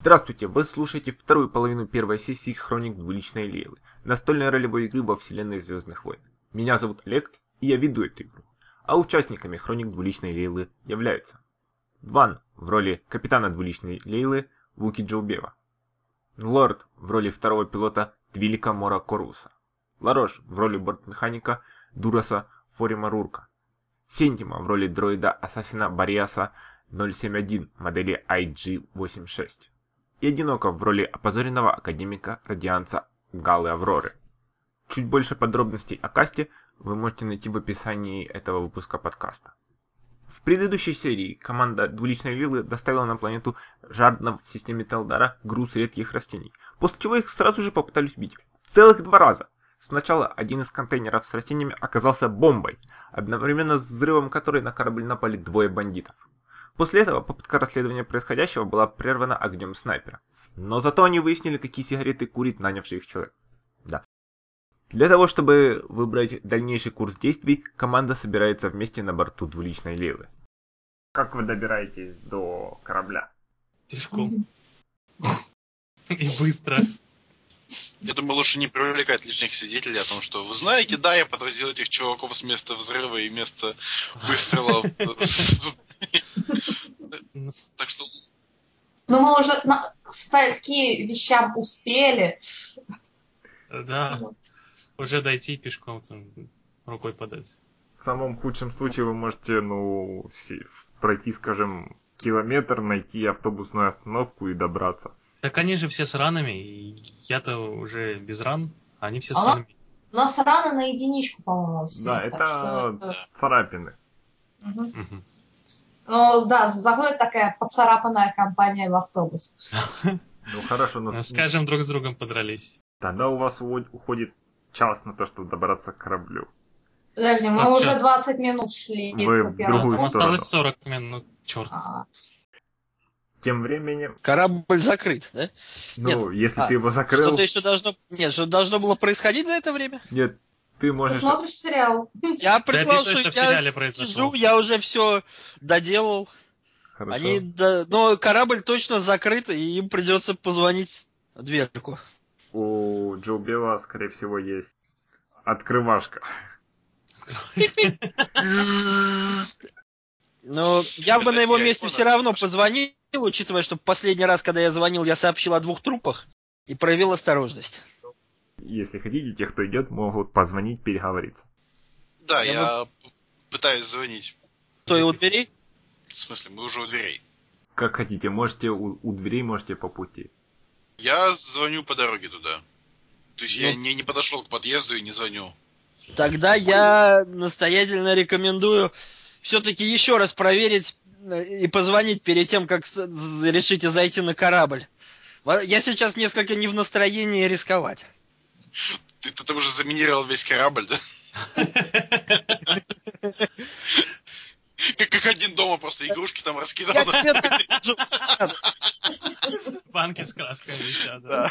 Здравствуйте, вы слушаете вторую половину первой сессии Хроник Двуличной Лейлы, настольной ролевой игры во вселенной Звездных войн. Меня зовут Олег, и я веду эту игру. А участниками Хроник Двуличной Лейлы являются Дван в роли капитана Двуличной Лейлы Вуки Джоубева, Лорд в роли второго пилота Твилика Мора Коруса, Ларош в роли бортмеханика Дураса Форима Рурка, Сентима в роли дроида-ассасина Бариаса 071 модели IG-86 и одиноко в роли опозоренного академика радианца Галы Авроры. Чуть больше подробностей о касте вы можете найти в описании этого выпуска подкаста. В предыдущей серии команда двуличной виллы доставила на планету Жарднов в системе Телдара груз редких растений, после чего их сразу же попытались убить. Целых два раза! Сначала один из контейнеров с растениями оказался бомбой, одновременно с взрывом которой на корабль напали двое бандитов. После этого попытка расследования происходящего была прервана огнем снайпера. Но зато они выяснили, какие сигареты курит нанявший их человек. Да. Для того, чтобы выбрать дальнейший курс действий, команда собирается вместе на борту двуличной Лейлы. Как вы добираетесь до корабля? Пешком. И быстро. Я думаю, лучше не привлекать лишних свидетелей о том, что вы знаете, да, я подвозил этих чуваков с места взрыва и места выстрела. Так что... Но Ну, мы уже на стальки вещам успели. Да, уже дойти пешком там, рукой подать. В самом худшем случае вы можете, ну, все- пройти, скажем, километр, найти автобусную остановку и добраться. Так они же все с ранами, и я-то уже без ран, а они все с А? ранами. У нас раны на единичку, по-моему, все. да, так что это царапины. Мгм. Мгм. Ну, да, заходит такая поцарапанная компания в автобус. Ну хорошо, но Скажем, друг с другом подрались. тогда у вас уво- уходит час на то, чтобы добраться к кораблю. Подожди, мы Вот уже сейчас. 20 минут шли. Вы по в первому. другую Вам сторону. осталось 40 минут, ну, черт. А, Тем временем, Корабль закрыт, да? ну, если а, ты его закрыл, Что-то еще должно... Нет, что должно было происходить за это время? нет, ты Ты можешь... смотришь сериал. Я предполагал, описывай, что что в сериале я произошло. сижу, я уже все доделал. Хорошо. Они... до- Но корабль точно закрыт, и им придется позвонить в дверку. У Джо Бела, скорее всего, есть открывашка. Но я бы Это на его я месте его все нашел. равно позвонил, учитывая, что последний раз, когда я звонил, я сообщил о двух трупах и проявил осторожность. Если хотите, те, кто идет, могут позвонить, переговориться. Да, Я я п- пытаюсь звонить. Стоя у двери, В смысле, мы уже у дверей. Как хотите, можете у, у дверей, можете по пути. Я звоню по дороге туда. То есть я Ну. не, не подошел к подъезду и не звоню. Тогда я настоятельно рекомендую все-таки еще раз проверить э, и позвонить перед тем, как с- з- решите зайти на корабль. Во- Я сейчас несколько не в настроении рисковать. Ты, ты там уже заминировал весь корабль, да? Как, как один дома просто игрушки там раскидал. Я да? тебе скажу, Банки с краской висят, да.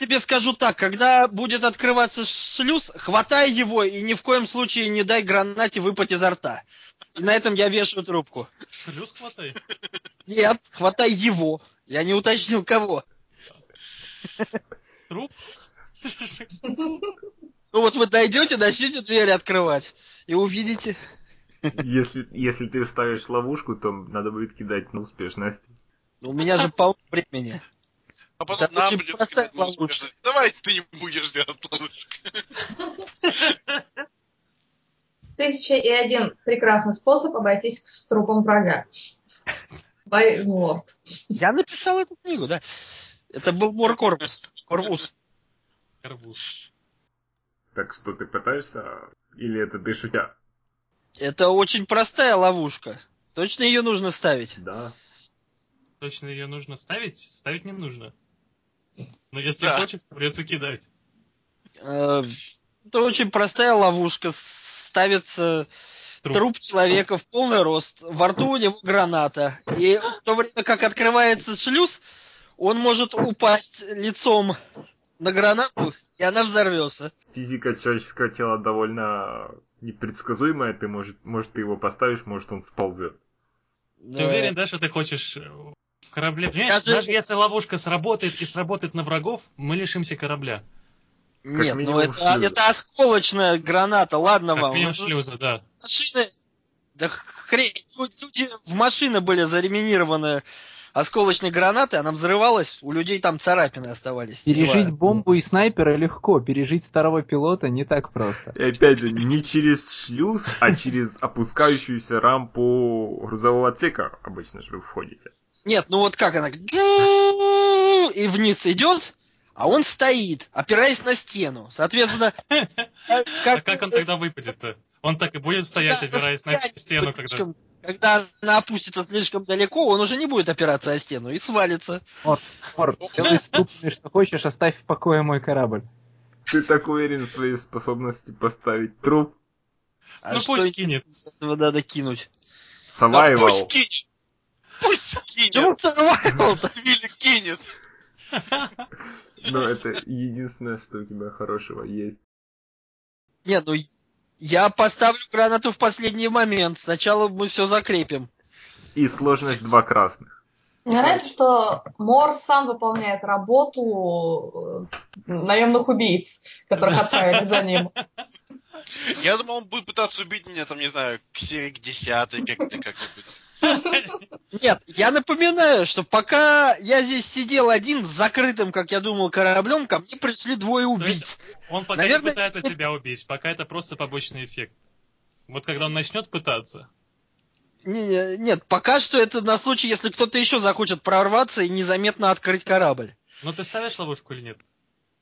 тебе скажу так, когда будет открываться шлюз, хватай его и ни в коем случае не дай гранате выпасть изо рта. И на этом я вешаю трубку. Шлюз хватай. Нет, хватай его. Я не уточнил кого. Труп. Ну вот вы дойдете, начнете двери открывать и увидите. Если, если ты ставишь ловушку, то надо будет кидать на успешность. У меня же полно времени. А потом Это нам очень будет простая скидывать на ловушка. успешность. Давай ты не будешь делать ловушку. Тысяча и один прекрасный способ обойтись с трупом врага. By Lord. Я написал эту книгу, да. Это был Мор Корпус. Корпус. Карбуз. Так что ты пытаешься? Или это ты шутя? Это очень простая ловушка. Точно ее нужно ставить. Да. Точно ее нужно ставить? Ставить не нужно. Но если Да. хочешь, придется кидать. Э, Это очень простая ловушка. Ставится Труп. труп. человека в полный рост. Во рту у него граната. И в то время, как открывается шлюз, он может упасть лицом на гранату, и она взорвется. Физика человеческого тела довольно непредсказуемая. Ты может, может ты его поставишь, может он сползет. Ты уверен, да, что ты хочешь э, В корабле. Понимаешь, Даже- даже... если ловушка сработает и сработает на врагов, мы лишимся корабля. Нет, ну минимум это, шлюза. это осколочная граната, ладно Как вам. минимум вы шлюза, да. Машины... Да хрен, люди в машины были зареминированы осколочной гранатой, она взрывалась, у людей там царапины оставались. Пережить Два. бомбу и снайпера легко, пережить второго пилота не так просто. И опять же, не через шлюз, а через опускающуюся рампу грузового отсека обычно же вы входите. Нет, ну вот как она... И вниз идет, а он стоит, опираясь на стену. Соответственно, А как он тогда выпадет-то? Он так и будет стоять, Да, опираясь на слушай, стену, когда... слишком- когда она опустится слишком далеко, он уже не будет опираться о стену и свалится. Морд, делай с трупами что хочешь, оставь в покое мой корабль. Ты так уверен в своей способности поставить труп? А ну что пусть кинет. этого надо кинуть? Да Survival. пусть кинет! Пусть кинет! Чего survival-то? Вилли кинет! Но Ну, это единственное, что у тебя хорошего есть. Не, ну я поставлю гранату в последний момент. Сначала мы все закрепим. И сложность два красных. Мне нравится, что Мор сам выполняет работу э, с- наемных убийц, которых отправили за ним. Я думал, он будет пытаться убить меня, там, не знаю, к серии к десятой как-то как-нибудь. Нет, я напоминаю, что пока я здесь сидел один с закрытым, как я думал, кораблем, ко мне пришли двое убийц. Он пока не Наверное, пытается теперь- тебя убить, пока это просто побочный эффект. Вот когда он начнет пытаться, Не- не- Нет, пока что это на случай, если кто-то еще захочет прорваться и незаметно открыть корабль. но ну, ты ставишь ловушку или нет?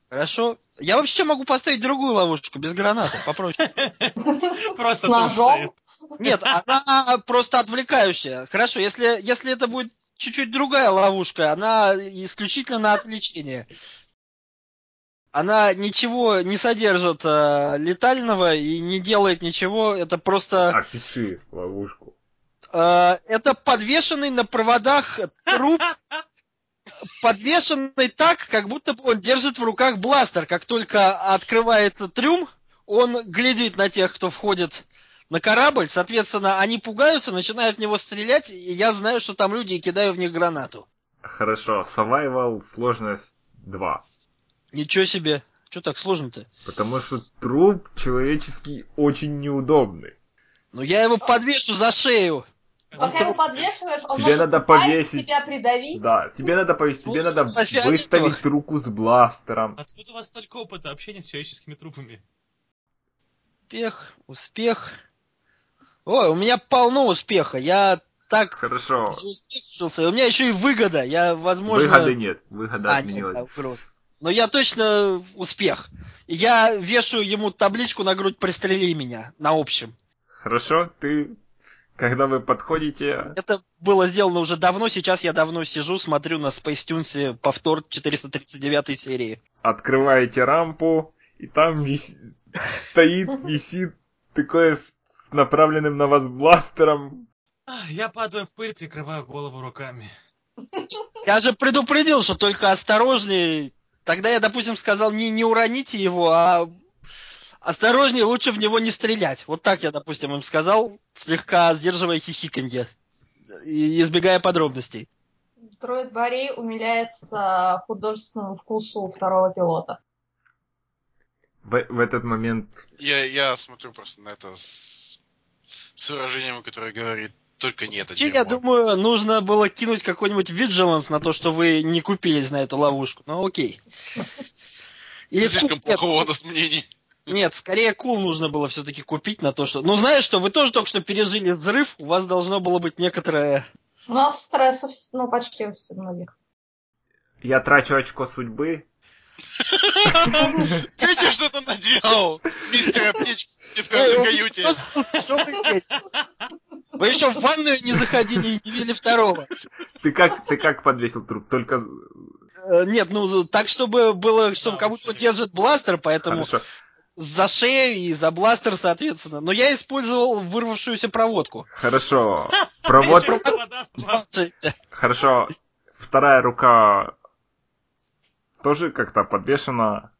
Хорошо. Я вообще могу поставить другую ловушку без гранаты, попроще. Просто С там ножом? стоит. Нет, она просто отвлекающая. Хорошо, если, если это будет чуть-чуть другая ловушка, она исключительно на отвлечение. Она ничего не содержит э, летального и не делает ничего. Это просто... Опиши ловушку. э, это подвешенный на проводах труп. Подвешенный так, как будто бы он держит в руках бластер. Как только открывается трюм, он глядит на тех, кто входит на корабль, соответственно, они пугаются, начинают в него стрелять, и я знаю, что там люди, и кидаю в них гранату. Хорошо, survival сложность 2. Ничего себе. Что так сложно-то? Потому что труп человеческий очень неудобный. Ну я его подвешу за шею. Пока его подвешиваешь, он Тебе может надо упасть, повесить. тебя придавить. Да, тебе надо повесить, тебе надо Слушай, выставить руку с бластером. Откуда у вас столько опыта общения с человеческими трупами? Успех, успех. Ой, у меня полно успеха. Я так Хорошо. заустрешился. У меня еще и выгода. Я, возможно... Выгода нет, выгода а, нет, отменилась. да, угроза. Но я точно успех. Я вешаю ему табличку на грудь «Пристрели меня» на общем. Хорошо, ты, когда вы подходите, Это было сделано уже давно, сейчас я давно сижу, смотрю на Space Tunes повтор 439 серии. открываете рампу, и там вис- стоит, висит такое с... с направленным на вас бластером. А, Я падаю в пыль, прикрываю голову руками. Я же предупредил, что только осторожнее. Тогда я, допустим, сказал, не, не уроните его, а осторожнее, лучше в него не стрелять. Вот так я, допустим, им сказал, слегка сдерживая хихиканье и избегая подробностей. Троид Барри умиляется э, художественному вкусу второго пилота. В, в этот момент Я, я смотрю просто на это с, с выражением, которое говорит только не это Вообще, я дерьмо». думаю, нужно было кинуть какой-нибудь виджеланс на то, что вы не купились на эту ловушку. Ну окей. Или в Слишком купе- плохого у нас мнений. Нет, скорее кул нужно было все-таки купить на то, что... Ну, знаешь что, вы тоже только что пережили взрыв, у вас должно было быть некоторое... У нас стрессов, ну, почти у всех многих. я трачу очко судьбы, Видите, что ты наделал? Мистер Аптечки в Ой, первой вы каюте. просто- что вы делаете? Вы еще в ванную не заходили и не видели второго. Ты как, ты как подвесил труп? Только Э, Нет, ну, так, чтобы было, что Да, кому-то вообще. держит бластер, поэтому хорошо. за шею и за бластер, соответственно. Но я использовал вырвавшуюся проводку. Хорошо. Провод. Ещё вода в глаз. Хорошо. Вторая рука тоже как-то подвешена.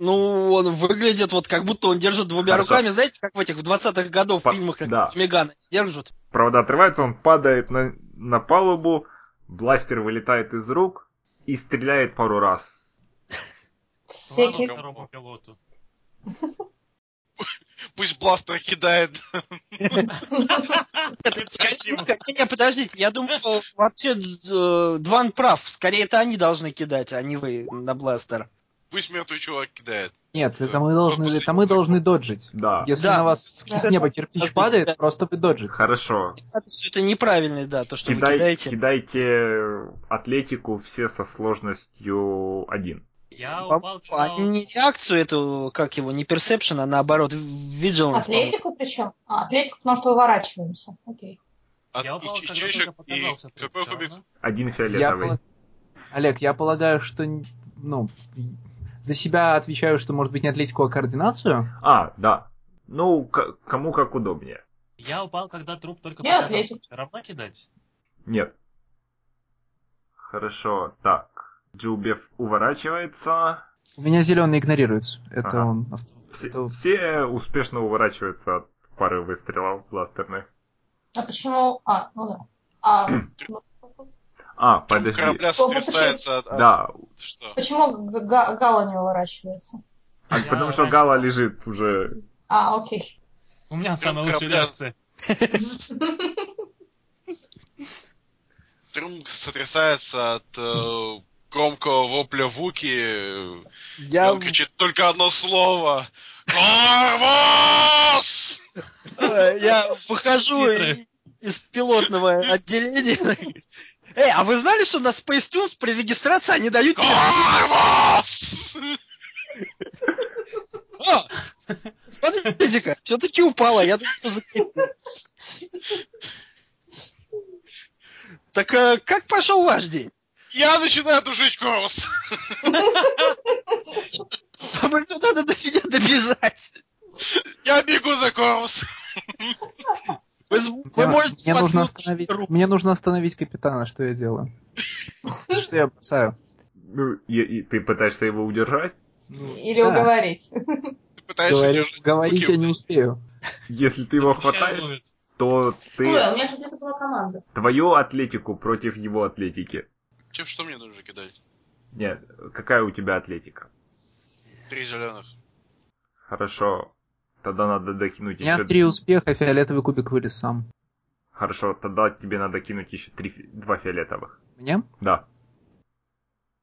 Ну, он выглядит вот как будто он держит двумя Хорошо. руками. Знаете, как в этих в 20-х годов По- фильмах, как да. Меганы держат? Провода отрываются, он падает на, на палубу, Бластер вылетает из рук и стреляет пару раз. Всякие... Ладно, второму пилоту. Пусть бластер кидает. Предсказимо. Не, не, подождите, я думал, вообще э, Дван прав. Скорее, это они должны кидать, а не вы на бластер. Пусть мертвый чувак кидает. Нет, это мы должны, это мы должны доджить. Да. Если Да. на вас Да. с неба кирпич падает, просто вы доджите. Хорошо. Это всё это неправильно, да, то, что Кидай- вы кидаете. кидайте атлетику все со сложностью один. Я По- упал. А не реакцию эту, как его, не персепшн, а наоборот, vigilance. по-моему. Атлетику причем? А, атлетику, потому что выворачиваемся. Окей. А- Я упал, и- и когда чё ещё- только и показался. ты Какой всё кубик? равно. Один Я фиолетовый. пол- Олег, я полагаю, что н- ну за себя отвечаю, что может быть не атлетику, а координацию. А, да. Ну, к- кому как удобнее. Я упал, когда труп только Я показался. ответил. Все равно кидать? Нет. Хорошо, так. Джубев уворачивается. У меня зеленый игнорируется. Это Ага. он. авто- Все, Это- все успешно уворачиваются от пары выстрелов бластерных. А почему... А, ну да. А, Хм. А, Там ну? подожди. корабля Что, сотрясается от... Да, от- Что? почему г- га- гала не выворачивается? а Я потому что раньше- Гала лежит уже. А, окей. У меня самая Корабля. лучшая реакция. Трюм сотрясается от э, громкого вопля Вуки. И Я Он кричит только одно слово. Корвус! Э, Я выхожу Титры. и- из пилотного отделения. Эй, а вы знали, что на Space Tunes при регистрации они дают тебе... Корвус! О! Смотрите-ка, все-таки упала. Я думал, что закрепила. Так э, как пошел ваш день? Я начинаю душить Корвус! Вам же Надо до меня добежать. Я бегу за Корвус! Вы, с- вы Мне- можете мне, нужно споткнуться остановить, руку. мне нужно остановить капитана, что я делаю. Что я бросаю? Ну, и, и ты пытаешься его удержать? Или да. уговорить. Ты пытаешься Говорю- держать говорить руки. я не успею. Если ты его Сейчас хватаешь, ловит. то Ой, ты у меня же где-то была команда. твою атлетику против его атлетики. Чем что мне нужно кидать? Нет, какая у тебя атлетика? Три зеленых. Хорошо. Тогда надо докинуть У меня еще... три успеха, фиолетовый кубик вылез сам. Хорошо, тогда тебе надо кинуть еще три... фи- два фиолетовых. Мне? Да.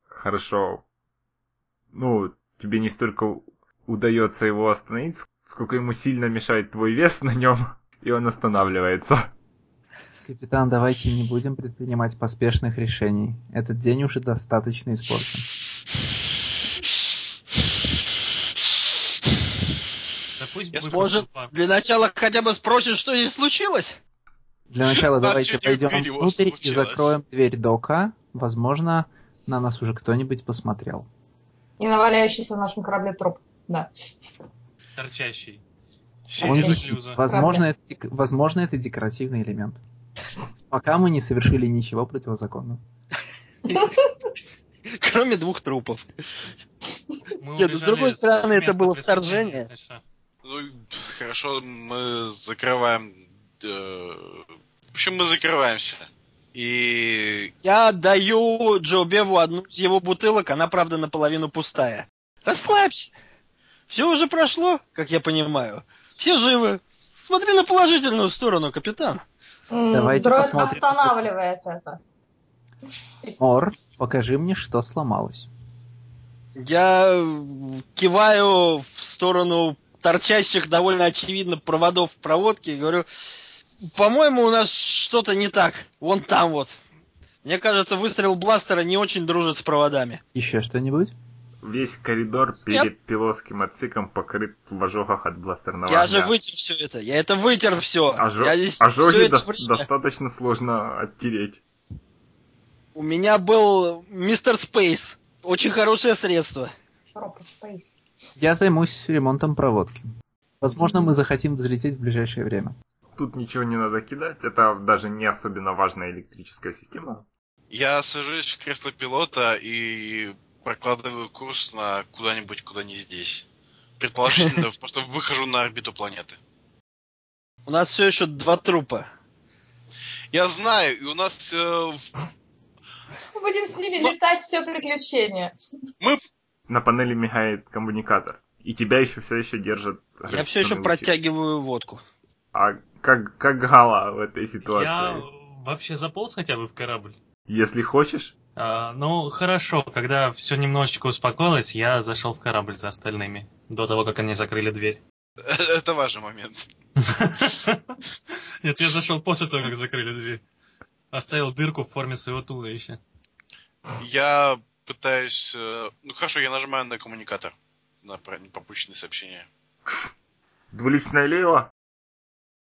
Хорошо. Ну, тебе не столько удается его остановить, ск- сколько ему сильно мешает твой вес на нем, и он останавливается. Капитан, давайте не будем предпринимать поспешных решений. Этот день уже достаточно испорчен. Да пусть Я будет Может, упал. для начала хотя бы спросим, что здесь случилось? Для начала Нас давайте чуть не пойдем убили, вот внутрь и случилось. закроем дверь дока. Возможно, на нас уже кто-нибудь посмотрел. И наваляющийся на нашем корабле труп. Да. Торчащий. Он Сидит. Окей. висит. Шлюза. Возможно, это, дек- возможно, это декоративный элемент. Пока мы не совершили ничего противозаконного. Кроме двух трупов. Мы Нет, ну, с другой убежали стороны, это места было преступления, вторжение. если что. Ну, хорошо, мы закрываем... э, В общем, мы закрываемся. И... Я даю Джо Беву одну из его бутылок, она, правда, наполовину пустая. Расслабься. Все уже прошло, как я понимаю. Все живы. Смотри на положительную сторону, капитан. М, Давайте Дроид посмотрим. останавливает это. Мор, покажи мне, что сломалось. Я э, киваю в сторону торчащих довольно очевидно проводов в проводке и говорю, по-моему, у нас что-то не так. Вон там вот. Мне кажется, выстрел бластера не очень дружит с проводами. Еще что-нибудь? Весь коридор перед пилотским отсеком покрыт в ожогах от бластерного я огня. же вытер все это. Я это вытер все. Ожо- Я здесь всё Ожоги это дос- время- достаточно сложно оттереть. У меня был мистер Спейс. Очень хорошее средство. Робот Спейс. Я займусь ремонтом проводки. Возможно, мы захотим взлететь в ближайшее время. Тут ничего не надо кидать, это даже не особенно важная электрическая система. Я сажусь в кресло пилота и прокладываю курс на куда-нибудь, куда не здесь. Предположительно, просто выхожу на орбиту планеты. У нас все еще два трупа. Я знаю, и у нас э, в- Мы будем с ними летать все приключения. На панели мигает коммуникатор. И тебя еще все еще держат. Я все еще гравитационные лучи. протягиваю водку. А как, как Гала в этой Я ситуации? вообще заполз хотя бы в корабль. Если хочешь, А, ну, хорошо, когда все немножечко успокоилось, я зашел в корабль за остальными. До того, как они закрыли дверь. Это важный момент. Нет, я зашел после того, как закрыли дверь. Оставил дырку в форме своего туловища. Я пытаюсь... э, Ну хорошо, я нажимаю на коммуникатор. На про- пропущенные сообщения. двуличная Лейла,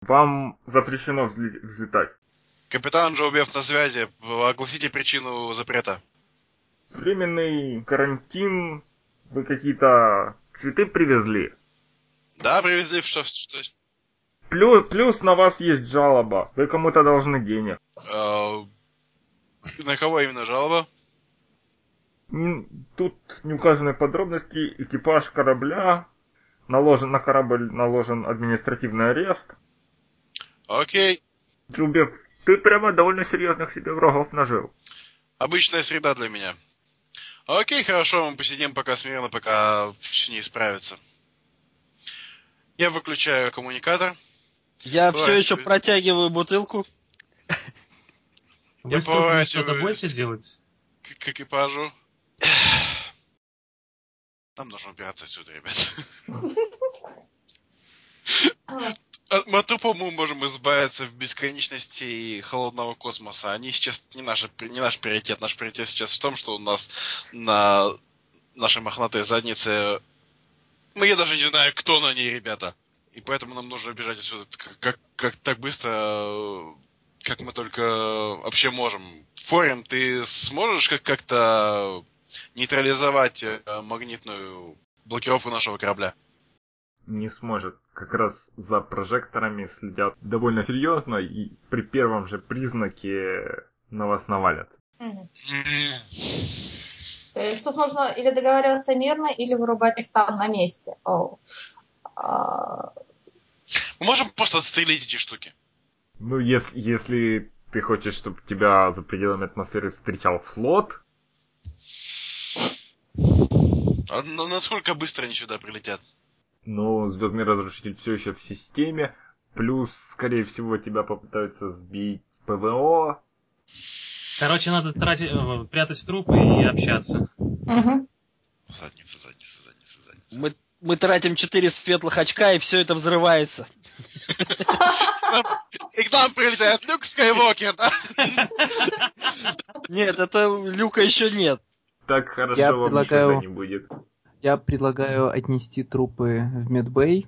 вам запрещено взле- взлетать. Капитан Джоубев на связи. Огласите причину запрета. Временный карантин, вы какие-то цветы привезли. Да, привезли в что... что- Плюс, плюс на вас есть жалоба. Вы кому-то должны денег. э, На кого именно жалоба? Н- Тут не указаны подробности. Экипаж корабля. Наложен на корабль наложен административный арест. Окей. Джубев, ты прямо довольно серьезных себе врагов нажил. Обычная среда для меня. Окей, хорошо, мы посидим пока смирно, пока все не исправится. Я выключаю коммуникатор. Я Ой, все еще ты- протягиваю бутылку. Вы с трупами поворачиваюсь. что-то будете делать? к, к экипажу. Нам нужно убираться отсюда, ребят. От А, мы от трупов мы можем избавиться в бесконечности и холодного космоса. Они сейчас не, наши, при- не наш приоритет. Наш приоритет сейчас в том, что у нас на нашей мохнатой заднице... Ну, я даже не знаю, кто на ней, ребята. И поэтому нам нужно бежать отсюда как, как, как так быстро, э, как мы только э, вообще можем. Форем, ты сможешь как- как-то нейтрализовать э, магнитную блокировку нашего корабля? Не сможет. Как раз за прожекторами следят довольно серьезно и при первом же признаке на вас навалятся. Мгм. М-м-м. То есть тут нужно или договариваться мирно, или вырубать их там на месте. Оу. А, Мы можем просто отстрелить эти штуки. Ну, если, если ты хочешь, чтобы тебя за пределами атмосферы встречал флот, А на- насколько быстро они сюда прилетят? но звездный ну, разрушитель все еще в системе, плюс, скорее всего, тебя попытаются сбить ПВО. Короче, надо тратить, э, прятать трупы и общаться. мгм. Задница, задница, задница, задница. Мы, мы тратим 4 светлых очка, и все это взрывается. И к нам прилетает Люк Скайуокер, да? Нет, это люка еще нет. Так хорошо Я вам предлагаю- никогда не будет. Я предлагаю отнести трупы в медбей.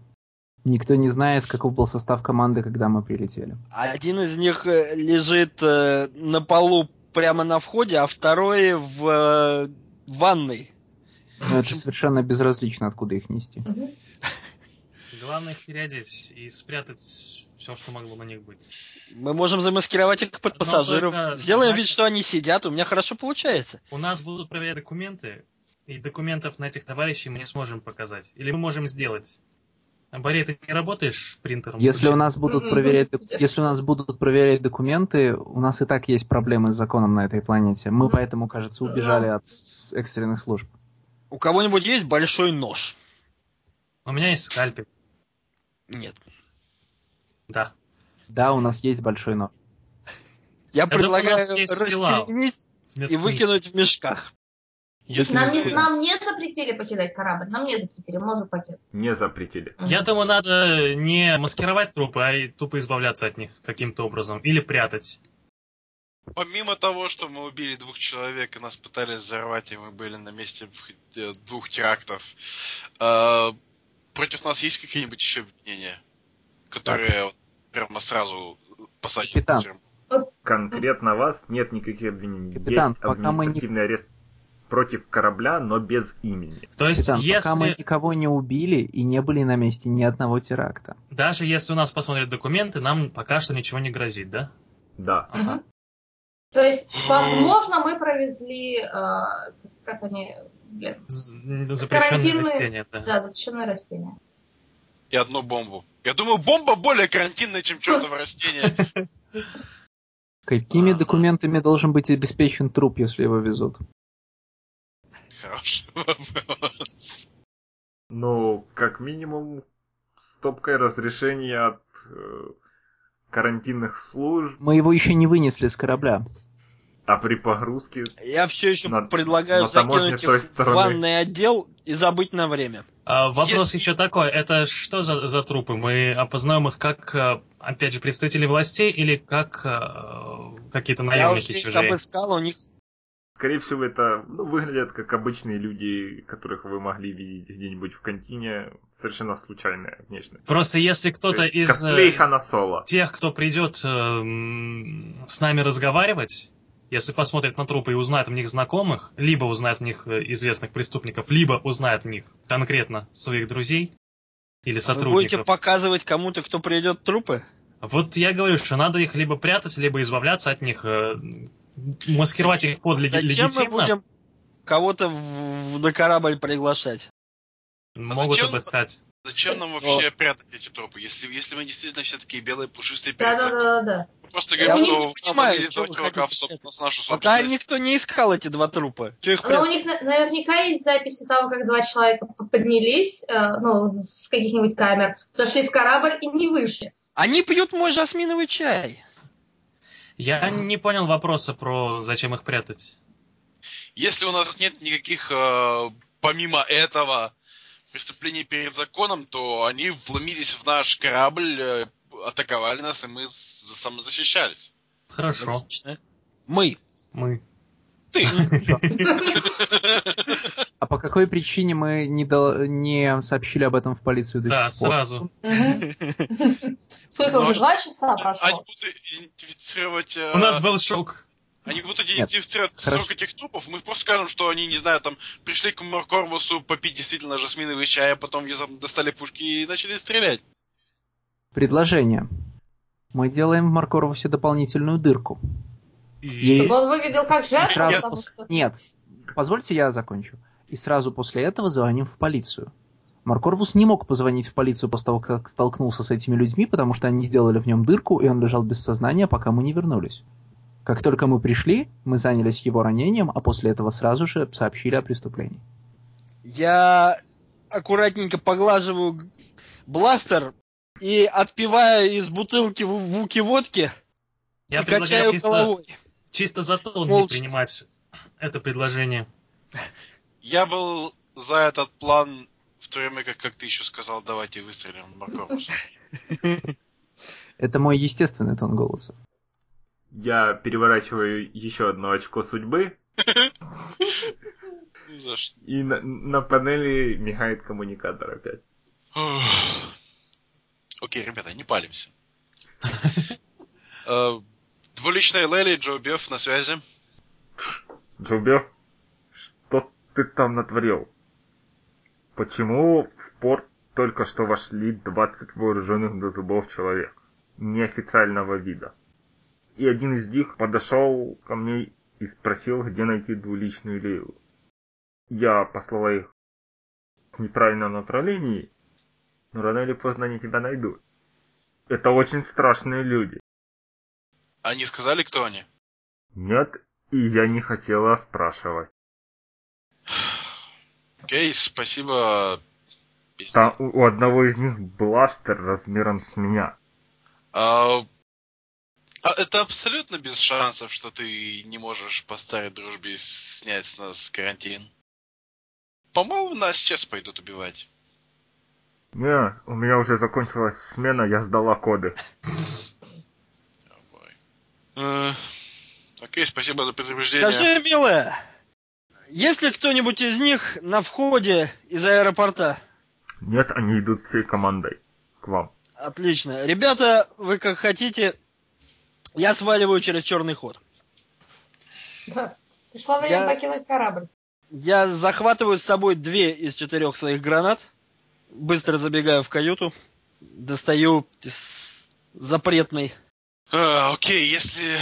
Никто не знает, каков был состав команды, когда мы прилетели. Один из них э, лежит э, на полу прямо на входе, а второй в э, ванной. Но это совершенно безразлично, откуда их нести. Мгм. Главное их переодеть и спрятать все, что могло на них быть. Мы можем замаскировать их под Но пассажиров. только, Сделаем вид, знаете- что они сидят. У меня хорошо получается. У нас будут проверять документы, и документов на этих товарищей мы не сможем показать. Или мы можем сделать. А, Борей, ты не работаешь принтером? Если у случайно? нас будут Мгм. проверять, док- если у нас будут проверять документы, у нас и так есть проблемы с законом на этой планете. Мы поэтому, кажется, убежали от с- экстренных служб. У кого-нибудь есть большой нож? У меня есть скальпель. Нет. Да. Да, у нас есть большой нож. думаю, Я у предлагаю нас есть стрела. расчленить и выкинуть в мешках. Если Нам, не, вы- нам не запретили покидать корабль, нам не запретили, мы уже покинули. Не запретили. Я думаю, надо не маскировать трупы, а и тупо избавляться от них каким-то образом. Или прятать. Помимо того, что мы убили двух человек и нас пытались взорвать, и мы были на месте в- э, двух терактов, э, против нас есть какие-нибудь еще обвинения, которые вот прямо сразу посадят Капитан. в тюрьму? Конкретно вас нет никаких обвинений. Капитан, есть пока мы не- административный арест против корабля, но без имени. То есть, Капитан, если... пока мы никого не убили и не были на месте ни одного теракта. Даже если у нас посмотрят документы, нам пока что ничего не грозит, да? Да. Мгм. То есть, возможно, мы провезли, э, как они, блин, З- Запрещенные Карантинные- растения, да. да, запрещенные растения. И одну бомбу. Я думаю, бомба более карантинная, чем чертово растение. Какими документами должен быть обеспечен труп, если его везут? Хороший вопрос. Ну, как минимум, стопкой разрешения от э, карантинных служб, Мы его еще не вынесли с корабля. а при погрузке Я все еще На- предлагаю на таможне закинуть той их в стороны. ванный отдел и забыть на время. А, вопрос еще такой. Это что за, за трупы? Мы опознаем их как, э, опять же, представители властей или как э, какие-то А Я уж наемники их чужие? обыскал, у них Скорее всего, это ну, выглядят как обычные люди, которых вы могли видеть где-нибудь в контине. Совершенно случайная внешность. Просто если кто-то То есть из э, Косплей Хана Соло. тех, кто придет э, м, с нами разговаривать, если посмотрит на трупы и узнает в них знакомых, либо узнает в них э, известных преступников, либо узнает в них конкретно своих друзей или вы будете сотрудников. показывать кому-то, кто придет трупы. Вот я говорю, что надо их либо прятать, либо избавляться от них, э, маскировать их под леги- Зачем мы легитимно. будем кого-то в- в- на корабль приглашать? Могут зачем- обыскать. Зачем нам вообще прятать эти трупы, если, если мы действительно все такие белые, Э, пушистые перед- Да-да-да-да. Мы Просто Я говорим, не что надо понимаю, чего вы реализовать чувака в хотите соб- в нашу Пока собственность. никто не искал эти два трупа. Чё их Но Ну, у них прятать? на- наверняка есть записи того, как два человека п- поднялись, э, ну, с каких-нибудь камер, зашли в корабль и не вышли. Они пьют мой жасминовый чай. Я не понял вопроса про зачем их прятать. Если у нас нет никаких, э, помимо этого, преступлений перед законом, то они вломились в наш корабль, э, атаковали нас, и мы с- самозащищались. Хорошо. Логично. Мы. Мы. Ты. А по какой причине мы не, дол- не сообщили об этом в полицию до Да, сих пор? сразу. Сколько Ну, уже, а Может, два часа Они прошло? будут идентифицировать... э, У нас был шок. Они будут идентифицировать хорошо. срок этих трупов, мы просто скажем, что они, не знаю, там, пришли к Моркормусу попить действительно жасминовый чай, а потом внезапно достали пушки и начали стрелять. Предложение. Мы делаем в Маркоровусе дополнительную дырку. И Чтобы он выглядел как жертва, сразу потому пос- что... Нет, позвольте я закончу. И сразу после этого звоним в полицию. Маркорвус не мог позвонить в полицию после того, как столкнулся с этими людьми, потому что они сделали в нем дырку, и он лежал без сознания, пока мы не вернулись. Как только мы пришли, мы занялись его ранением, а после этого сразу же сообщили о преступлении. Я аккуратненько поглаживаю г- бластер и отпиваю из бутылки в- вуки водки Я и предлагаю качаю чисто, головой. чисто за тон не Молча. принимать это предложение. Я был за этот план в то время, как, как ты еще сказал, давайте выстрелим в Моркормуса. Это мой естественный тон голоса. Я переворачиваю еще одно очко судьбы, Ни за что. и на, на панели мигает коммуникатор опять. Ох. Окей, ребята, не палимся. Э, Двуличная Лели, Джо Бёв на связи. Джубер, что ты там натворил? Почему в порт только что вошли 20 вооруженных до зубов человек неофициального вида? И один из них подошел ко мне и спросил, где найти двуличную Лейлу. Я послала их в неправильном направлении, но рано или поздно они тебя найдут. Это очень страшные люди. Они сказали, кто они? Нет, и я не хотела спрашивать. Окей, спасибо. Пиздец. Там А у у одного из них бластер размером с меня. А, а это абсолютно без шансов, что ты не можешь по старой дружбе снять с нас карантин. По-моему, нас сейчас пойдут убивать. Не, у меня уже закончилась смена, я сдала коды. О, бой. Э, Окей, спасибо за предупреждение. Скажи, милая, есть ли кто-нибудь из них на входе из аэропорта? Нет, они идут всей командой к вам. Отлично. Ребята, вы как хотите. Я сваливаю через черный ход. Да. Пришло время Я- покинуть корабль. Я захватываю с собой две из четырех своих гранат. Быстро забегаю в каюту. Достаю из запретной. Э, окей, если...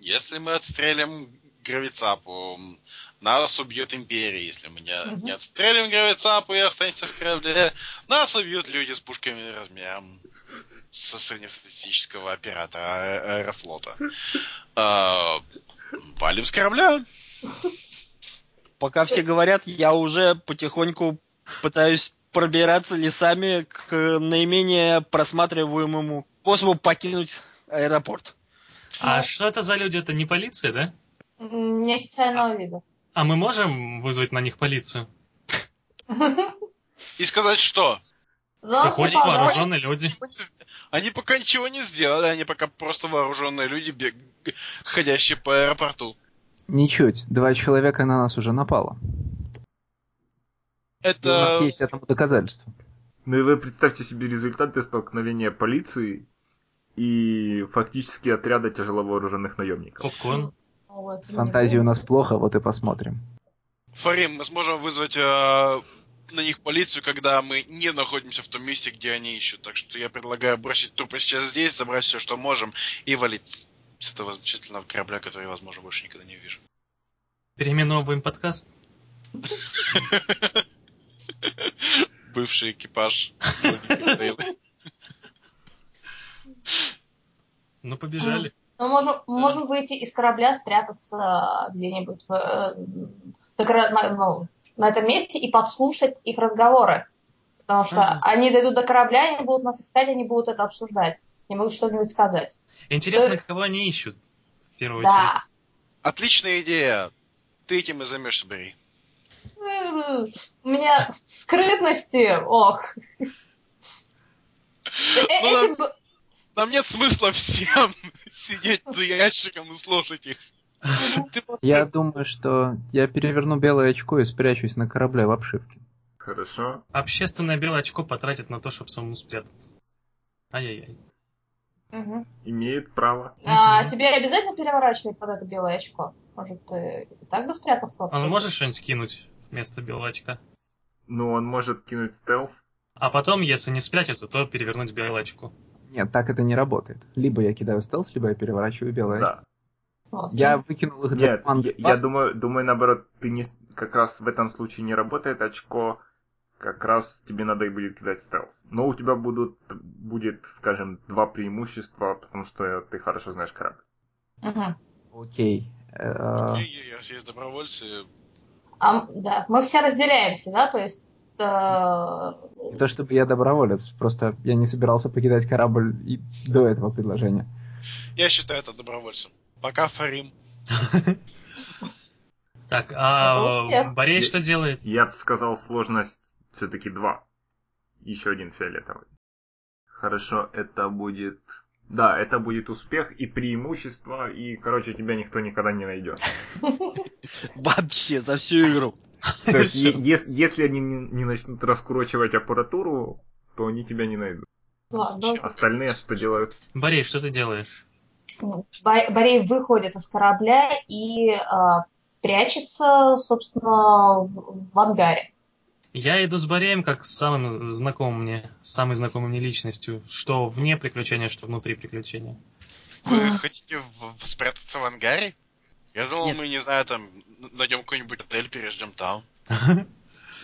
Если мы отстрелим гравицапу, Нас убьет империя, если мы не, Мгм. не отстрелим гравицапу и останемся в корабле. Нас убьют люди с пушками размером со среднестатистического оператора аэ- аэрофлота. А, валим с корабля. Пока все говорят, я уже потихоньку пытаюсь пробираться лесами к э, наименее просматриваемому способу покинуть аэропорт. А что это за люди? Это не полиция, да? М, Неофициального вида. А мы можем вызвать на них полицию? И сказать, что? За нас Выходят нападают. вооруженные люди. Они пока ничего не сделали, они пока просто вооруженные люди, бег... ходящие по аэропорту. Ничуть. Два человека на нас уже напало. И у Это... нас есть этому доказательство. Ну и вы представьте себе результаты столкновения полиции и фактически отряда тяжеловооруженных наемников. Попкорн. Вот. С фантазией у нас плохо, вот и посмотрим. Фарим, мы сможем вызвать э, на них полицию, когда мы не находимся в том месте, где они ищут. Так что я предлагаю бросить трупы сейчас здесь, забрать все, что можем, и валить с этого замечательного корабля, который я, возможно, больше никогда не увижу. Переименовываем подкаст. Бывший экипаж. Владимир Тейлор. Ну, побежали. Мы можем, мы можем выйти из корабля, спрятаться где-нибудь в, э, так раз- на, ну, на этом месте и подслушать их разговоры. Потому что Ага. они дойдут до корабля, они будут нас искать, они будут это обсуждать. Они будут что-нибудь сказать. Интересно, Э. кого они ищут в первую очередь. Да. Отличная идея. Ты этим и займешься, Бри. М, У меня скрытности, ох. Э, Ну, эти б- Нам нет смысла всем сидеть за ящиком и слушать их. Ты просто- Я думаю, что я переверну белое очко и спрячусь на корабле в обшивке. Хорошо. Общественное белое очко потратит на то, чтобы самому спрятаться. Ай-яй-яй. А Мгм. Имеет право. А Мгм. Тебе обязательно переворачивать под это белое очко? Может, ты и так бы спрятался А вообще? ну можешь что-нибудь кинуть вместо белого очка? Но он может кинуть стелс. А потом, если не спрячется, то перевернуть белое очко. Нет, так это не работает. Либо я кидаю стелс, либо я переворачиваю белое очко. Да. Ну, Вот. Я выкинул их для Нет, команды я, два. я думаю, думаю, наоборот, ты не с- как раз в этом случае не работает очко. Как раз тебе надо и будет кидать стелс. Но у тебя будут, будет, скажем, два преимущества, потому что ты хорошо знаешь корабль. Мгм. Окей. Э, Е-е, У нас есть добровольцы. А, м, да, мы все разделяемся, да, то есть э, Не то чтобы я доброволец, просто я не собирался покидать корабль и до этого предложения. Я считаю это добровольцем. Пока, Фарим. Так, Это а успех. э, Борей что делает? Я бы сказал, сложность все-таки два. Еще один фиолетовый. Хорошо, это будет... Да, это будет успех и преимущество, и, короче, тебя никто никогда не найдет. Вообще, за всю игру. То есть, Всё. е- ес- если они не не начнут раскручивать аппаратуру, то они тебя не найдут. ладно, Остальные что делают? Борей, что ты делаешь? ну, Бо- Борей выходит из корабля и э, прячется, собственно, в в ангаре. Я иду с Бореем как с самым знакомым мне, с самой знакомой мне личностью. Что вне приключения, что внутри приключения. Вы Мгм. хотите в- в- спрятаться в ангаре? Я думал, Нет. мы, не знаю, там, н- найдем какой-нибудь отель, переждем там.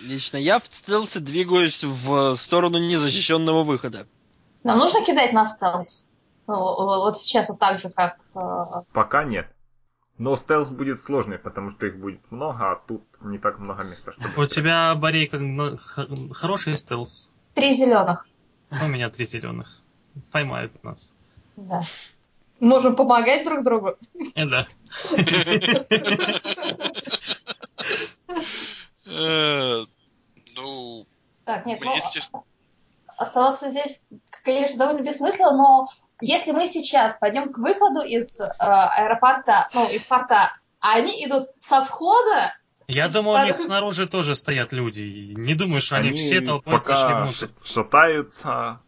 Лично я в стелсе двигаюсь в сторону незащищенного выхода. Нам нужно кидать на стелс? Ну, во- вот сейчас вот так же, как... э, Пока нет. Но стелс будет сложный, потому что их будет много, а тут не так много места. чтобы У тебя, Борей, как на- х- хороший стелс. а три зеленых, У меня три зеленых. Поймают нас. да. Можем помогать друг другу. Э, да. Э, Ну, а- Так, нет, ну, мне, естественно, оставаться здесь, конечно, довольно бессмысленно, но если мы сейчас пойдем к выходу из э, аэропорта, ну, из порта, а они идут со входа, Я думаю, у них снаружи тоже стоят люди. и Не думаю, что они, все толпой сошли пока внутрь. ш- шатаются. а-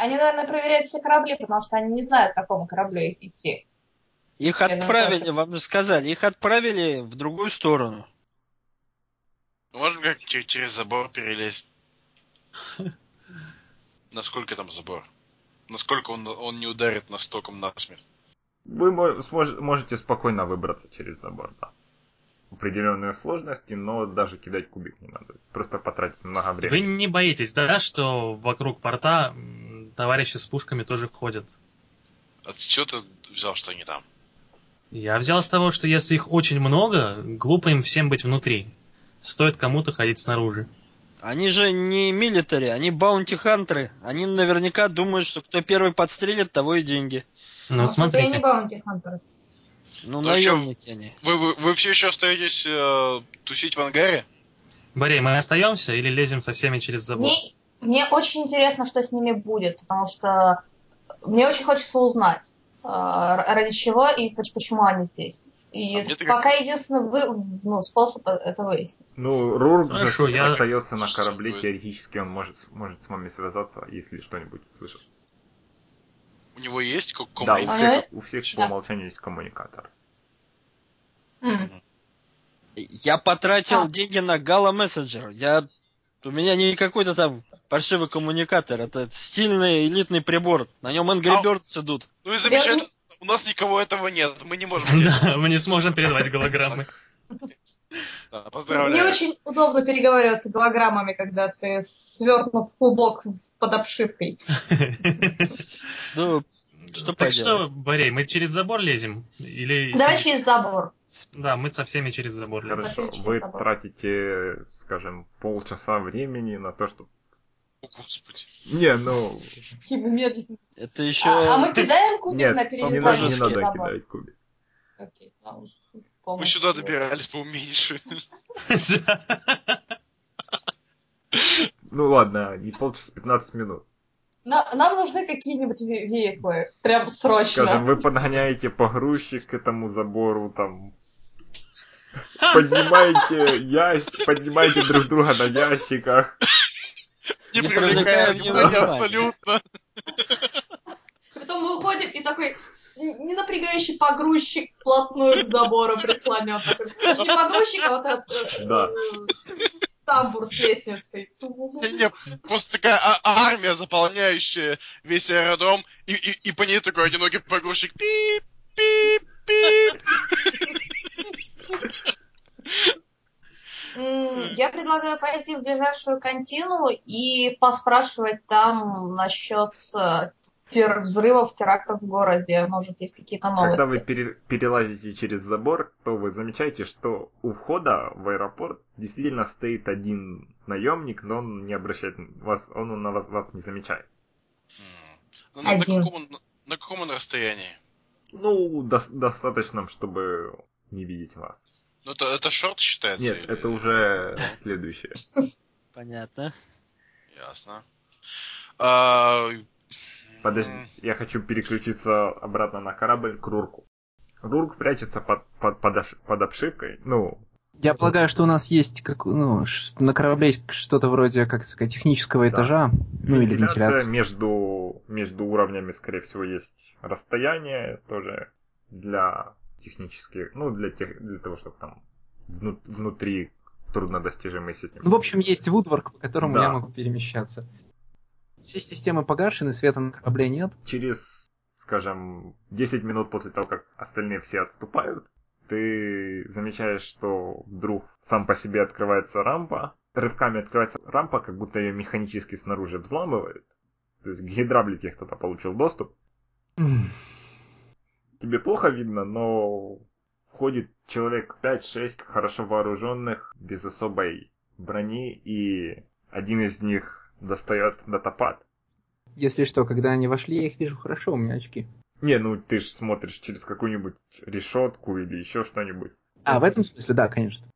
они, наверное, проверяют все корабли, потому что они не знают, к какому кораблю и- идти. Их Я думаю, отправили, хорошо. вам же сказали, их отправили в другую сторону. можем как че- через забор перелезть. Насколько там забор? Насколько он, он не ударит нас током насмерть? Вы мо- смож- можете спокойно выбраться через забор, да. определенные сложности, но даже кидать кубик не надо. Просто потратить много Вы времени. не боитесь, да, что вокруг порта м, товарищи с пушками тоже ходят? А ты чего ты взял, что они там? Я взял с того, что если их очень много, глупо им всем быть внутри. Стоит кому-то ходить снаружи. Они же не милитари, они баунти-хантеры. Они наверняка думают, что кто первый подстрелит, того и деньги. Ну, Я не смотрите. баунти хантер. Ну, Ну, ещё- наемники они. Вы, вы, вы все еще остаетесь э, тусить в ангаре? Борей, мы остаемся или лезем со всеми через забор? Мне, мне очень интересно, что с ними будет, потому что мне очень хочется узнать, э, ради чего и поч- почему они здесь. И А мне-то как- пока единственный вы- ну, способ это выяснить. Ну, Рурк же Хорошо, я- остается на корабле, Существует. теоретически он может, с- может с вами связаться, если что-нибудь услышит. У него есть ко- Да, у коммуникация? Ага. всех, у всех по Да. умолчанию есть коммуникатор. Я потратил А. деньги на гала мессенджер. Я... У меня не какой-то там паршивый коммуникатор. Это стильный элитный прибор. На нем Angry А. Birds идут. Ну и замечательно, у нас никого этого нет, мы не можем. Да, мы не сможем передавать голограммы. Да, Не поздравляю. очень удобно переговариваться голограммами, когда ты свернут в клубок под обшивкой. Ну, Что Так поделать. что, Борей, мы через забор лезем? Или... Давай через забор. Да, мы со всеми через забор лезем. Хорошо, Закрыть вы собаку. тратите, скажем, полчаса времени на то, что... О, Господи. Не, ну... Типа медленно. это еще... А, а мы кидаем кубик Нет, на не перерезание надо, не через надо забор. кидать кубик. Окей, ладно. Мы Помощь. сюда добирались поуменьше. Ну ладно, не полчаса, 15 минут. На- нам нужны какие-нибудь ве- веклы. Прям срочно. Скажем, вы подгоняете погрузчик к этому забору, там... Поднимаете ящик, поднимаете друг друга на ящиках. Не Не привлекая привлекая внимания внимания. абсолютно. И Потом мы уходим, и такой н- не напрягающий погрузчик вплотную к забору прислонен. Такой, Не погрузчик, а вот этот Да. э, тамбур с лестницей. Не, не, просто такая а- армия, заполняющая весь аэродром, и, и, и по ней такой одинокий погрузчик. Пип, пип, пип. М, Я предлагаю пойти в ближайшую контину и поспрашивать там насчет э, тер- взрывов, терактов в городе. Может, есть какие-то Когда вы новости. пере- перелазите через забор, то вы замечаете, что у входа в аэропорт действительно стоит один наемник, но он не обращает вас, он на вас, вас не замечает. Ну, На, на Один. каком он, на каком он расстоянии? Ну, дос- достаточно, чтобы не видеть вас. Ну это, это шорт считается? Нет, или- это уже следующее. Понятно. Ясно. А, м, Подождите, я хочу переключиться обратно на корабль к Рурку. Рурк прячется под, под, под, ош- под обшивкой. Ну, Я полагаю, что у нас есть как, ну, ш- на корабле есть что-то вроде, как сказать, технического Да. этажа, ну или вентиляция вентиляции. между, между уровнями, скорее всего, есть расстояние тоже для технических, ну, для, тех, для того, чтобы там вну- внутри труднодостижимые системы. Ну, в общем, есть Вудворк, по которому Да. я могу перемещаться. Все системы погашены, света на корабле нет. Через, скажем, 10 минут после того, как остальные все отступают, ты замечаешь, что вдруг сам по себе открывается рампа, рывками открывается рампа, как будто ее механически снаружи взламывают. То есть к гидравлике кто-то получил доступ, М, Тебе плохо видно, но входит человек 5-6 хорошо вооруженных, без особой брони, и один из них достает датапад. Если что, когда они вошли, я их вижу хорошо, у меня очки. Не, ну ты же смотришь через какую-нибудь решетку или еще что-нибудь. А, в этом смысле, да, конечно.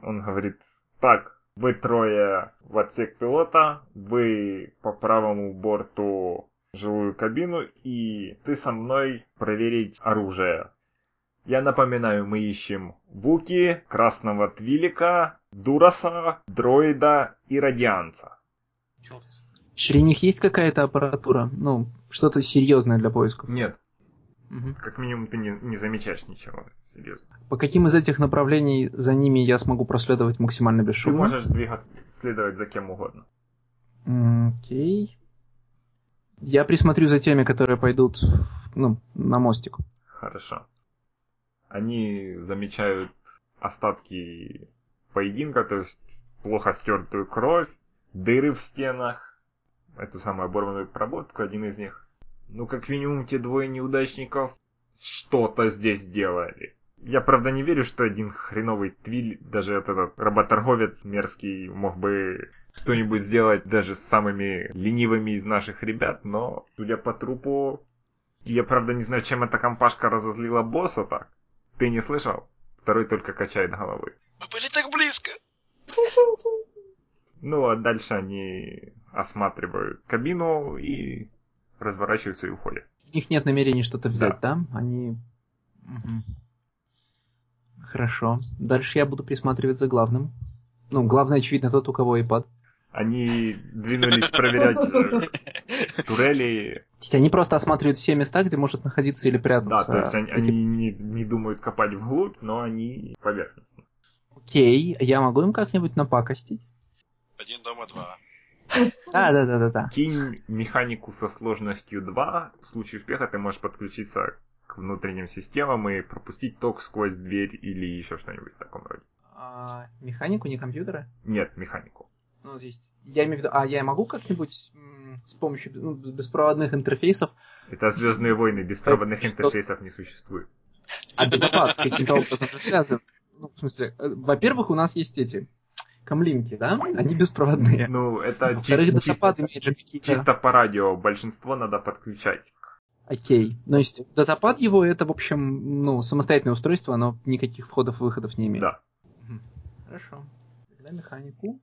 Он говорит, так, вы трое в отсек пилота, вы по правому борту жилую кабину, и ты со мной проверить оружие. Я напоминаю, мы ищем Вуки, Красного Твилика, Дураса, Дроида и Радианца. Черт. При них есть какая-то аппаратура, ну, что-то серьезное для поисков. Нет, Мгм. как минимум ты не, не замечаешь ничего, серьезно. По каким из этих направлений за ними я смогу проследовать максимально Ты бесшумно? можешь двигаться, следовать за кем угодно. М, Окей. Я присмотрю за теми, которые пойдут ну, на мостик. Хорошо. Они замечают остатки поединка, то есть плохо стертую кровь, дыры в стенах, эту самую оборванную проводку, один из них. Ну, как минимум, те двое неудачников что-то здесь делали. Я, правда, не верю, что один хреновый твиль, даже этот, этот работорговец мерзкий, мог бы что-нибудь сделать даже с самыми ленивыми из наших ребят, но, судя по трупу, я, правда, не знаю, чем эта компашка разозлила босса так. Ты не слышал? Второй только качает головой. Мы были так близко. Ну, а дальше они осматривают кабину и разворачиваются и уходят. У них нет намерений что-то взять, да? Они... Мгм. Хорошо. Дальше я буду присматривать за главным. Ну, главный, очевидно, тот, у кого iPad. Они двинулись проверять э, турели. То есть они просто осматривают все места, где может находиться или Да, прятаться. Типа, то есть они, Эти- они не, не думают копать вглубь, но они поверхностно. Окей, я могу им как-нибудь напакостить? Один дома два. Да, да, да, да, да. Кинь механику со сложностью 2. В случае успеха ты можешь подключиться к внутренним системам и пропустить ток сквозь дверь или еще что-нибудь в таком роде. А, механику, не компьютера? Нет, механику. Ну, то есть, я имею в виду, а я могу как-нибудь м, с помощью ну, беспроводных интерфейсов Это Звездные войны, беспроводных Что- интерфейсов не существует. а бедопад каким-то образом же связан? Ну, в смысле, э, во-первых, у нас есть эти камлинки, да? Они беспроводные. Ну, это чис- Во-вторых, чис- датапад имеет же какие-то... чисто по радио. Большинство надо подключать. Окей. Ну, то есть, датапад его, это, в общем, ну, самостоятельное устройство, оно никаких входов-выходов не имеет. Да. Мгм. Хорошо. Тогда механику.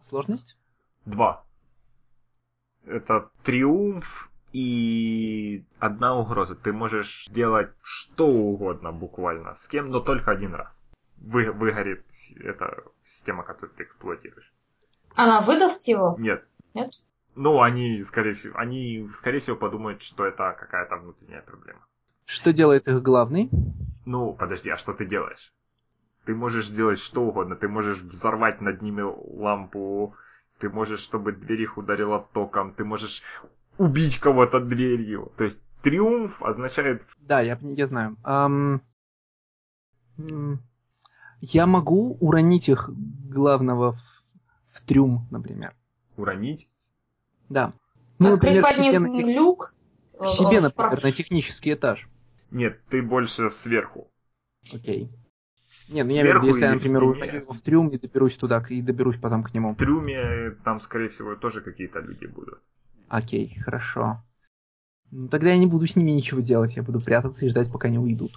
Сложность? Два. Это триумф и одна угроза. Ты можешь сделать что угодно буквально с кем, но только один раз. Вы, выгорит эта система, которую ты эксплуатируешь. Она выдаст его? Нет. Нет? Ну, они, скорее всего, они, скорее всего, подумают, что это какая-то внутренняя проблема. Что делает их главный? Ну, подожди, а что ты делаешь? Ты можешь сделать что угодно. Ты можешь взорвать над ними лампу. Ты можешь, чтобы дверь их ударила током. Ты можешь убить кого-то дверью. То есть триумф означает... Да, я, я знаю. Ам, м, я могу уронить их главного в, в трюм, например. Уронить. Да. Ну, например, к Открыть под себе, ним на, тех- люк? к себе, э, например, на технический этаж. Нет, ты больше сверху. Окей. Не, ну я имею в Сверху виду, если я, или в например, стене? уроню его в трюм и доберусь туда, к- и доберусь потом к нему. В трюме там, скорее всего, тоже какие-то люди будут. Окей, хорошо. Ну, тогда я не буду с ними ничего делать, я буду прятаться и ждать, пока они уйдут.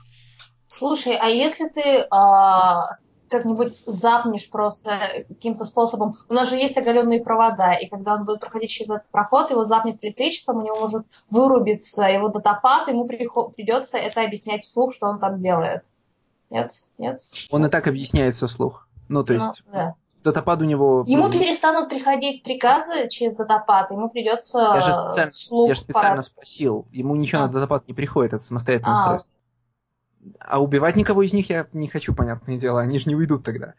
Слушай, а если ты а, как-нибудь запнешь просто каким-то способом? У нас же есть оголенные провода, и когда он будет проходить через этот проход, его запнет электричеством, у него может вырубиться его датапад, ему прихо- придется это объяснять вслух, что он там делает. Нет? Нет? Он и так объясняет все вслух. Ну, то Ну, есть, да. датапад у него... Ему ну, перестанут приходить приказы через датапад, ему придется Я же специально- вслух Я же специально пораться. спросил. Ему ничего А. на датапад не приходит, это самостоятельное А. устройство. А убивать никого из них я не хочу, понятное дело. Они же не уйдут тогда.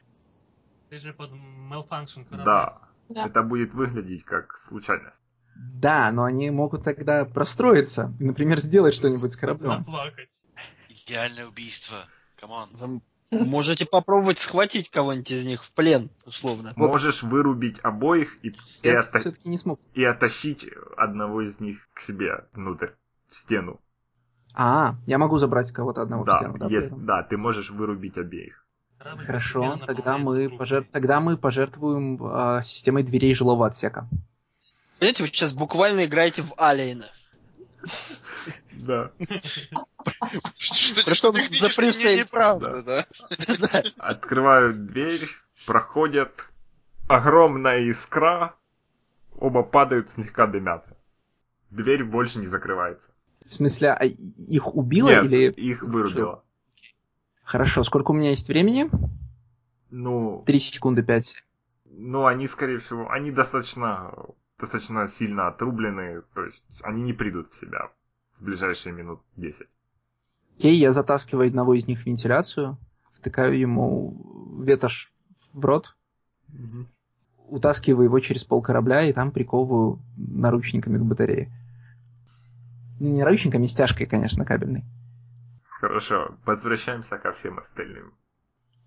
Ты же под malfunction корабля. Да. Да. Это будет выглядеть как случайность. Да, но они могут тогда простроиться. и, Например, сделать что-нибудь с кораблем. Заплакать. Идеальное убийство. Камон. Там Можете попробовать схватить кого-нибудь из них в плен, условно. Вот. Можешь вырубить обоих и, и, Я отта- все-таки не смог. и оттащить одного из них к себе внутрь, в стену. А, я могу забрать кого-то одного в да, стену, да, при ес- этом? да, ты можешь вырубить обеих. Корабль Хорошо, постепенно тогда мы, наполняется пожер- трупами. тогда мы пожертвуем а, системой дверей жилого отсека. Понимаете, вы сейчас буквально играете в Алиена. Да. Что Причем технически за пришельца. неправда, да? Да. Открывают дверь, проходят. Огромная искра. Оба падают, слегка дымятся. Дверь больше не закрывается. В смысле, а, и- их убило Нет, или... их вырубило. Хорошо, сколько у меня есть времени? Ну, Три секунды пять. ну, они, скорее всего, они достаточно, достаточно сильно отрублены, то есть они не придут в себя в ближайшие минут 10. Окей, я затаскиваю одного из них в вентиляцию, втыкаю ему ветошь в рот, утаскиваю его через пол корабля и там приковываю наручниками к батарее. Ну, не наручниками, стяжкой, конечно, кабельной. Хорошо, возвращаемся ко всем остальным.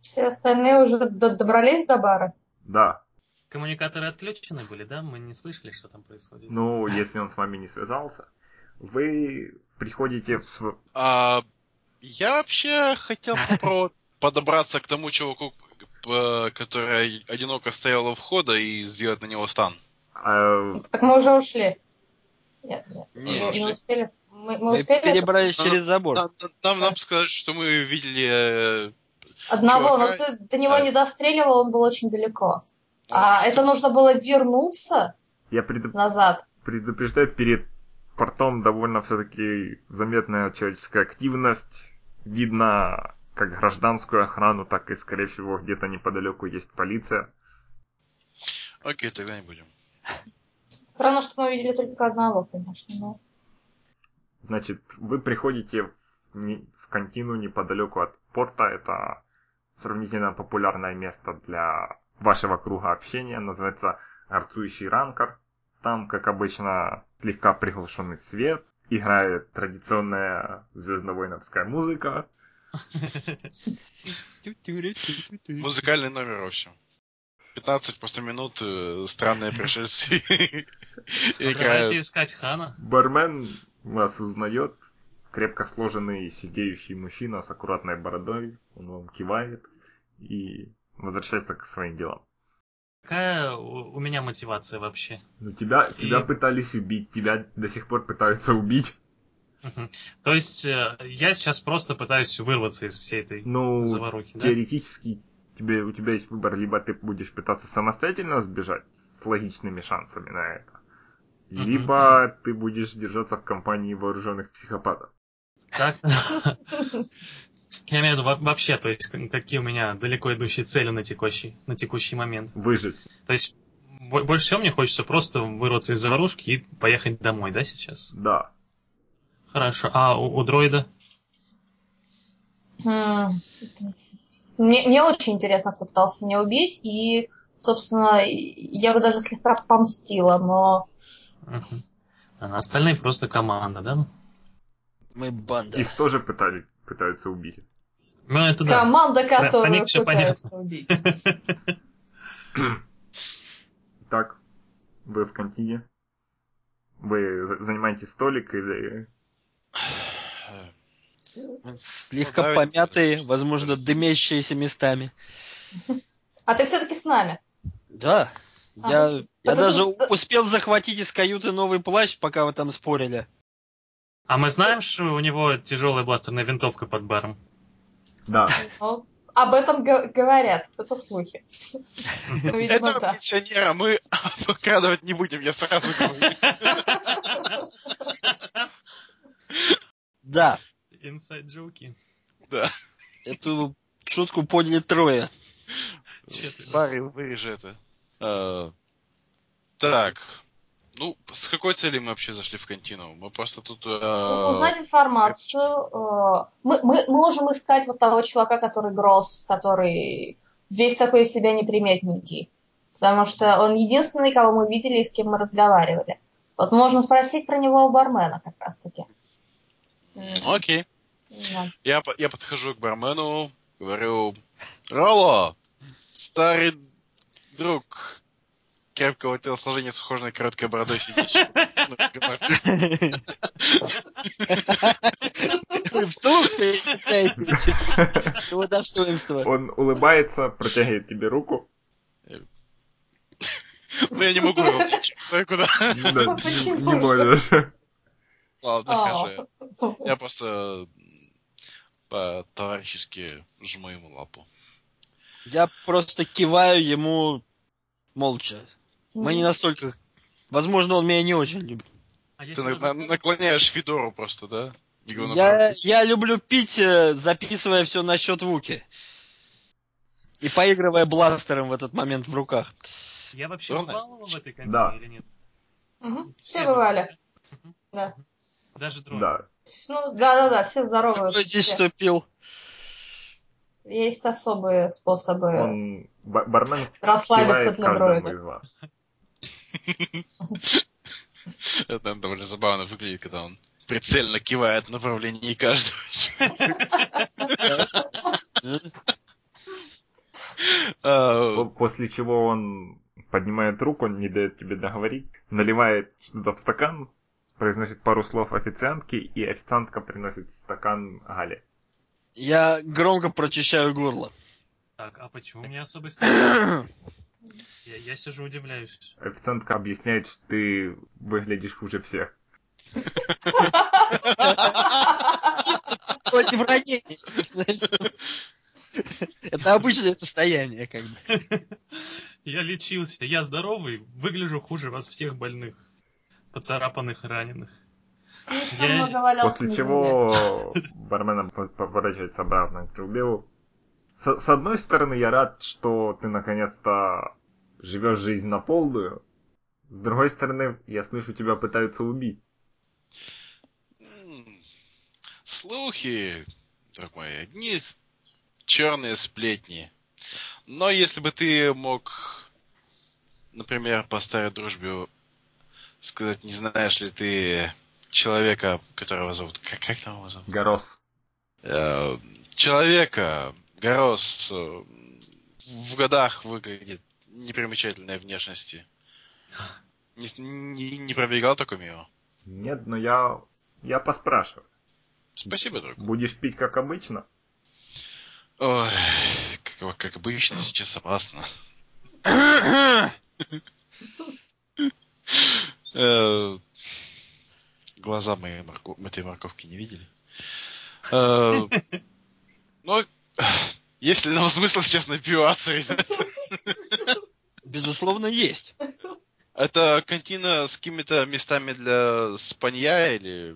Все остальные уже д- добрались до бара? Да. Коммуникаторы отключены были, да? Мы не слышали, что там происходит. Ну, если он с вами не связался, вы приходите в св- А, я вообще хотел попробовать подобраться к тому чуваку, э, который одиноко стоял у входа и сделать на него стан. а, Так мы уже ушли. Нет, нет. Не, мы ушли. не успели. Мы, мы Мы успели перебрались Ну, через забор. Нам, нам, нам сказать, что мы видели... э, одного, но чувака- ты до него Да. не достреливал, он был очень далеко. А это нужно было вернуться я предупреждаю. назад. предупреждаю, перед портом довольно все-таки заметная человеческая активность. Видно как гражданскую охрану, так и, скорее всего, где-то неподалеку есть полиция. Окей, тогда не будем. Странно, что мы видели только одного, конечно. Но... Значит, вы приходите в, не- в контину неподалеку от порта. Это сравнительно популярное место для вашего круга общения. Называется «Горцующий ранкер». Там, как обычно, слегка приглушенный свет. Играет традиционная звездновойновская музыка. Музыкальный номер, в общем. 15 просто минут э, странные пришельцы А Давайте играют. искать Хана. Бармен вас узнает. Крепко сложенный сидеющий мужчина с аккуратной бородой. Он вам кивает и возвращается к своим делам. Какая у у меня мотивация вообще? Ну тебя, тебя И- пытались убить, тебя до сих пор пытаются убить. Мгм. То есть э, я сейчас просто пытаюсь вырваться из всей этой Ну, заварухи, да? теоретически тебе, у тебя есть выбор, либо ты будешь пытаться самостоятельно сбежать с логичными шансами на это, Мгм. либо ты будешь держаться в компании вооруженных психопатов. Как? Я имею в виду во- вообще, то есть к- какие у меня далеко идущие цели на текущий, на текущий момент. Выжить. То есть бо- больше всего мне хочется просто вырваться из заварушки и поехать домой, да, сейчас? Да. Хорошо. А у, у дроида? М. Мне, мне очень интересно, кто пытался меня убить, и, собственно, я бы даже слегка помстила, но Мгм. А остальные просто команда, да? Мы банда. Их тоже пытали, пытаются убить. Ну, это да. команда, которую них всё пытаются убить. Так, вы в контине. Вы за- занимаете столик или... Слегка Ну, давайте. помятые, возможно, дымящиеся местами. А ты все-таки с нами. Да. Я, Ага. я А ты даже тут- успел захватить из каюты новый плащ, пока вы там спорили. А мы знаем, что у него тяжелая бластерная винтовка под баром. Да, Ну, об этом г- говорят, это слухи. Ну, видимо, Этого да. пенсионера мы обкрадывать не будем, я сразу говорю. Да, Инсайд джоки. эту шутку подняли трое. Четверо. Барри, вырежи это. Э, Так. Ну, с какой целью мы вообще зашли в континуум? Мы просто тут... э, Ну, Узнать информацию. э, Мы, мы можем искать вот того чувака, который Гросс, который весь такой из себя неприметненький. Потому что он единственный, кого мы видели и с кем мы разговаривали. Вот можно спросить про него у бармена как раз-таки. м, Ну, Окей. Да. Я, по- я подхожу к бармену, говорю, Роло, старый друг, крепкого телосложения с ухоженной короткой бородой сидящий. Вы вслух перечисляете эти- его достоинства. он улыбается, протягивает тебе руку. Ну, я не могу его включить, стой, куда. Да, Почему не же? можешь. Ладно, А. хожу. Я просто м, по-товарищески жму ему лапу. Я просто киваю ему молча. Мы не настолько... Возможно, он меня не очень любит. А я Ты сейчас на- на- наклоняешь Федору просто, да? И говорю, Я, «Ну, я люблю пить, э, записывая все на счет Вуки. И поигрывая бластером в этот момент в руках. Я вообще Ровно? бывал в этой контине Да. или нет? Мгм. Все бывали. Мгм. Да. Даже дроид. Да. Ну, да-да-да, все здоровы. Кто здесь Все. что пил? Есть особые способы Он ба- бармен расслабиться кивает для каждому дроида. из вас. Это наверное, довольно забавно выглядит, когда он прицельно кивает в направлении каждого. М? Э, После чего он поднимает руку, он не дает тебе договорить, наливает что-то в стакан, произносит пару слов официантке, и официантка приносит стакан Гале. Я громко прочищаю горло. Так, а почему у меня особый статус? Я, я сижу удивляюсь. Официантка объясняет, что ты выглядишь хуже всех. Хоть и в ранении, знаешь. Это обычное состояние, как бы. Я лечился, я здоровый, выгляжу хуже вас всех больных, поцарапанных, раненых. Слишком Я- много валялся После на земле. чего бармен по- поворачивается обратно к Джубилу. С, с одной стороны, я рад, что ты наконец-то живешь жизнь на полную. С другой стороны, я слышу, тебя пытаются убить. м, Слухи, друг мой, одни с- черные сплетни. Но если бы ты мог, например, по старой дружбе сказать, не знаешь ли ты человека, которого зовут... Как, как там его зовут? Горос. Э, человека, Горос, э, в годах выглядит непримечательной внешности. Не, не- не пробегал только мимо. Нет, но я... Я поспрашиваю. Спасибо, друг. Будешь пить, как обычно? Ой, как, как обычно, сейчас опасно. Э, Глаза мои морко- этой морковки не видели. Э, Ну, если нам смысл сейчас напиваться, ребят. Безусловно, есть. Это кантина с какими-то местами для спанья или...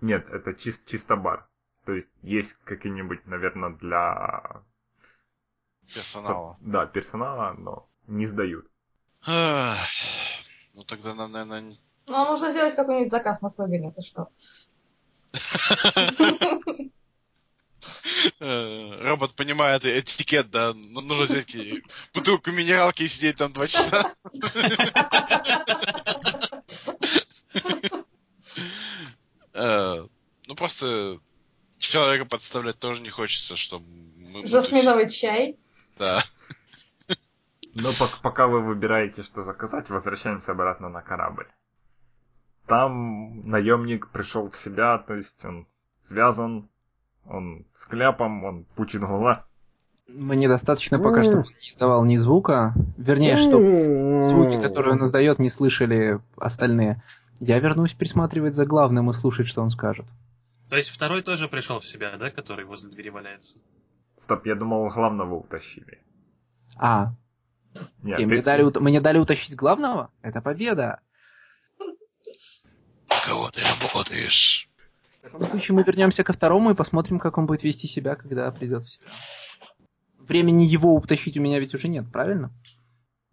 Нет, это чис- чисто бар. То есть есть какие-нибудь, наверное, для... персонала. со- Да, персонала, но не сдают. Ах, Ну тогда нам, наверное... Ну, нужно сделать какой-нибудь заказ на свой билет, и что? э, Робот понимает этикет, да. Ну, нужно взять и бутылку минералки и сидеть там два часа. Э, Ну, просто человека подставлять тоже не хочется, чтобы... Ну, мы- мы тут- Жасминовый чай. Да. Но ну, пок- пока вы выбираете, что заказать, возвращаемся обратно на корабль. Там наемник пришел в себя, то есть он связан, он с кляпом, он пучит гола. Мне достаточно пока, чтобы он не издавал ни звука. Вернее, что звуки, которые он издает, не слышали остальные. Я вернусь присматривать за главным и слушать, что он скажет. То есть второй тоже пришел в себя, да, который возле двери валяется? Стоп, я думал, главного утащили. А, Нет, ты- окей, мне, дали, ут- мне дали утащить главного? Это победа. Кого ты работаешь? В таком случае мы вернемся ко второму и посмотрим, как он будет вести себя, когда придет в себя. Времени его утащить у меня ведь уже нет, правильно?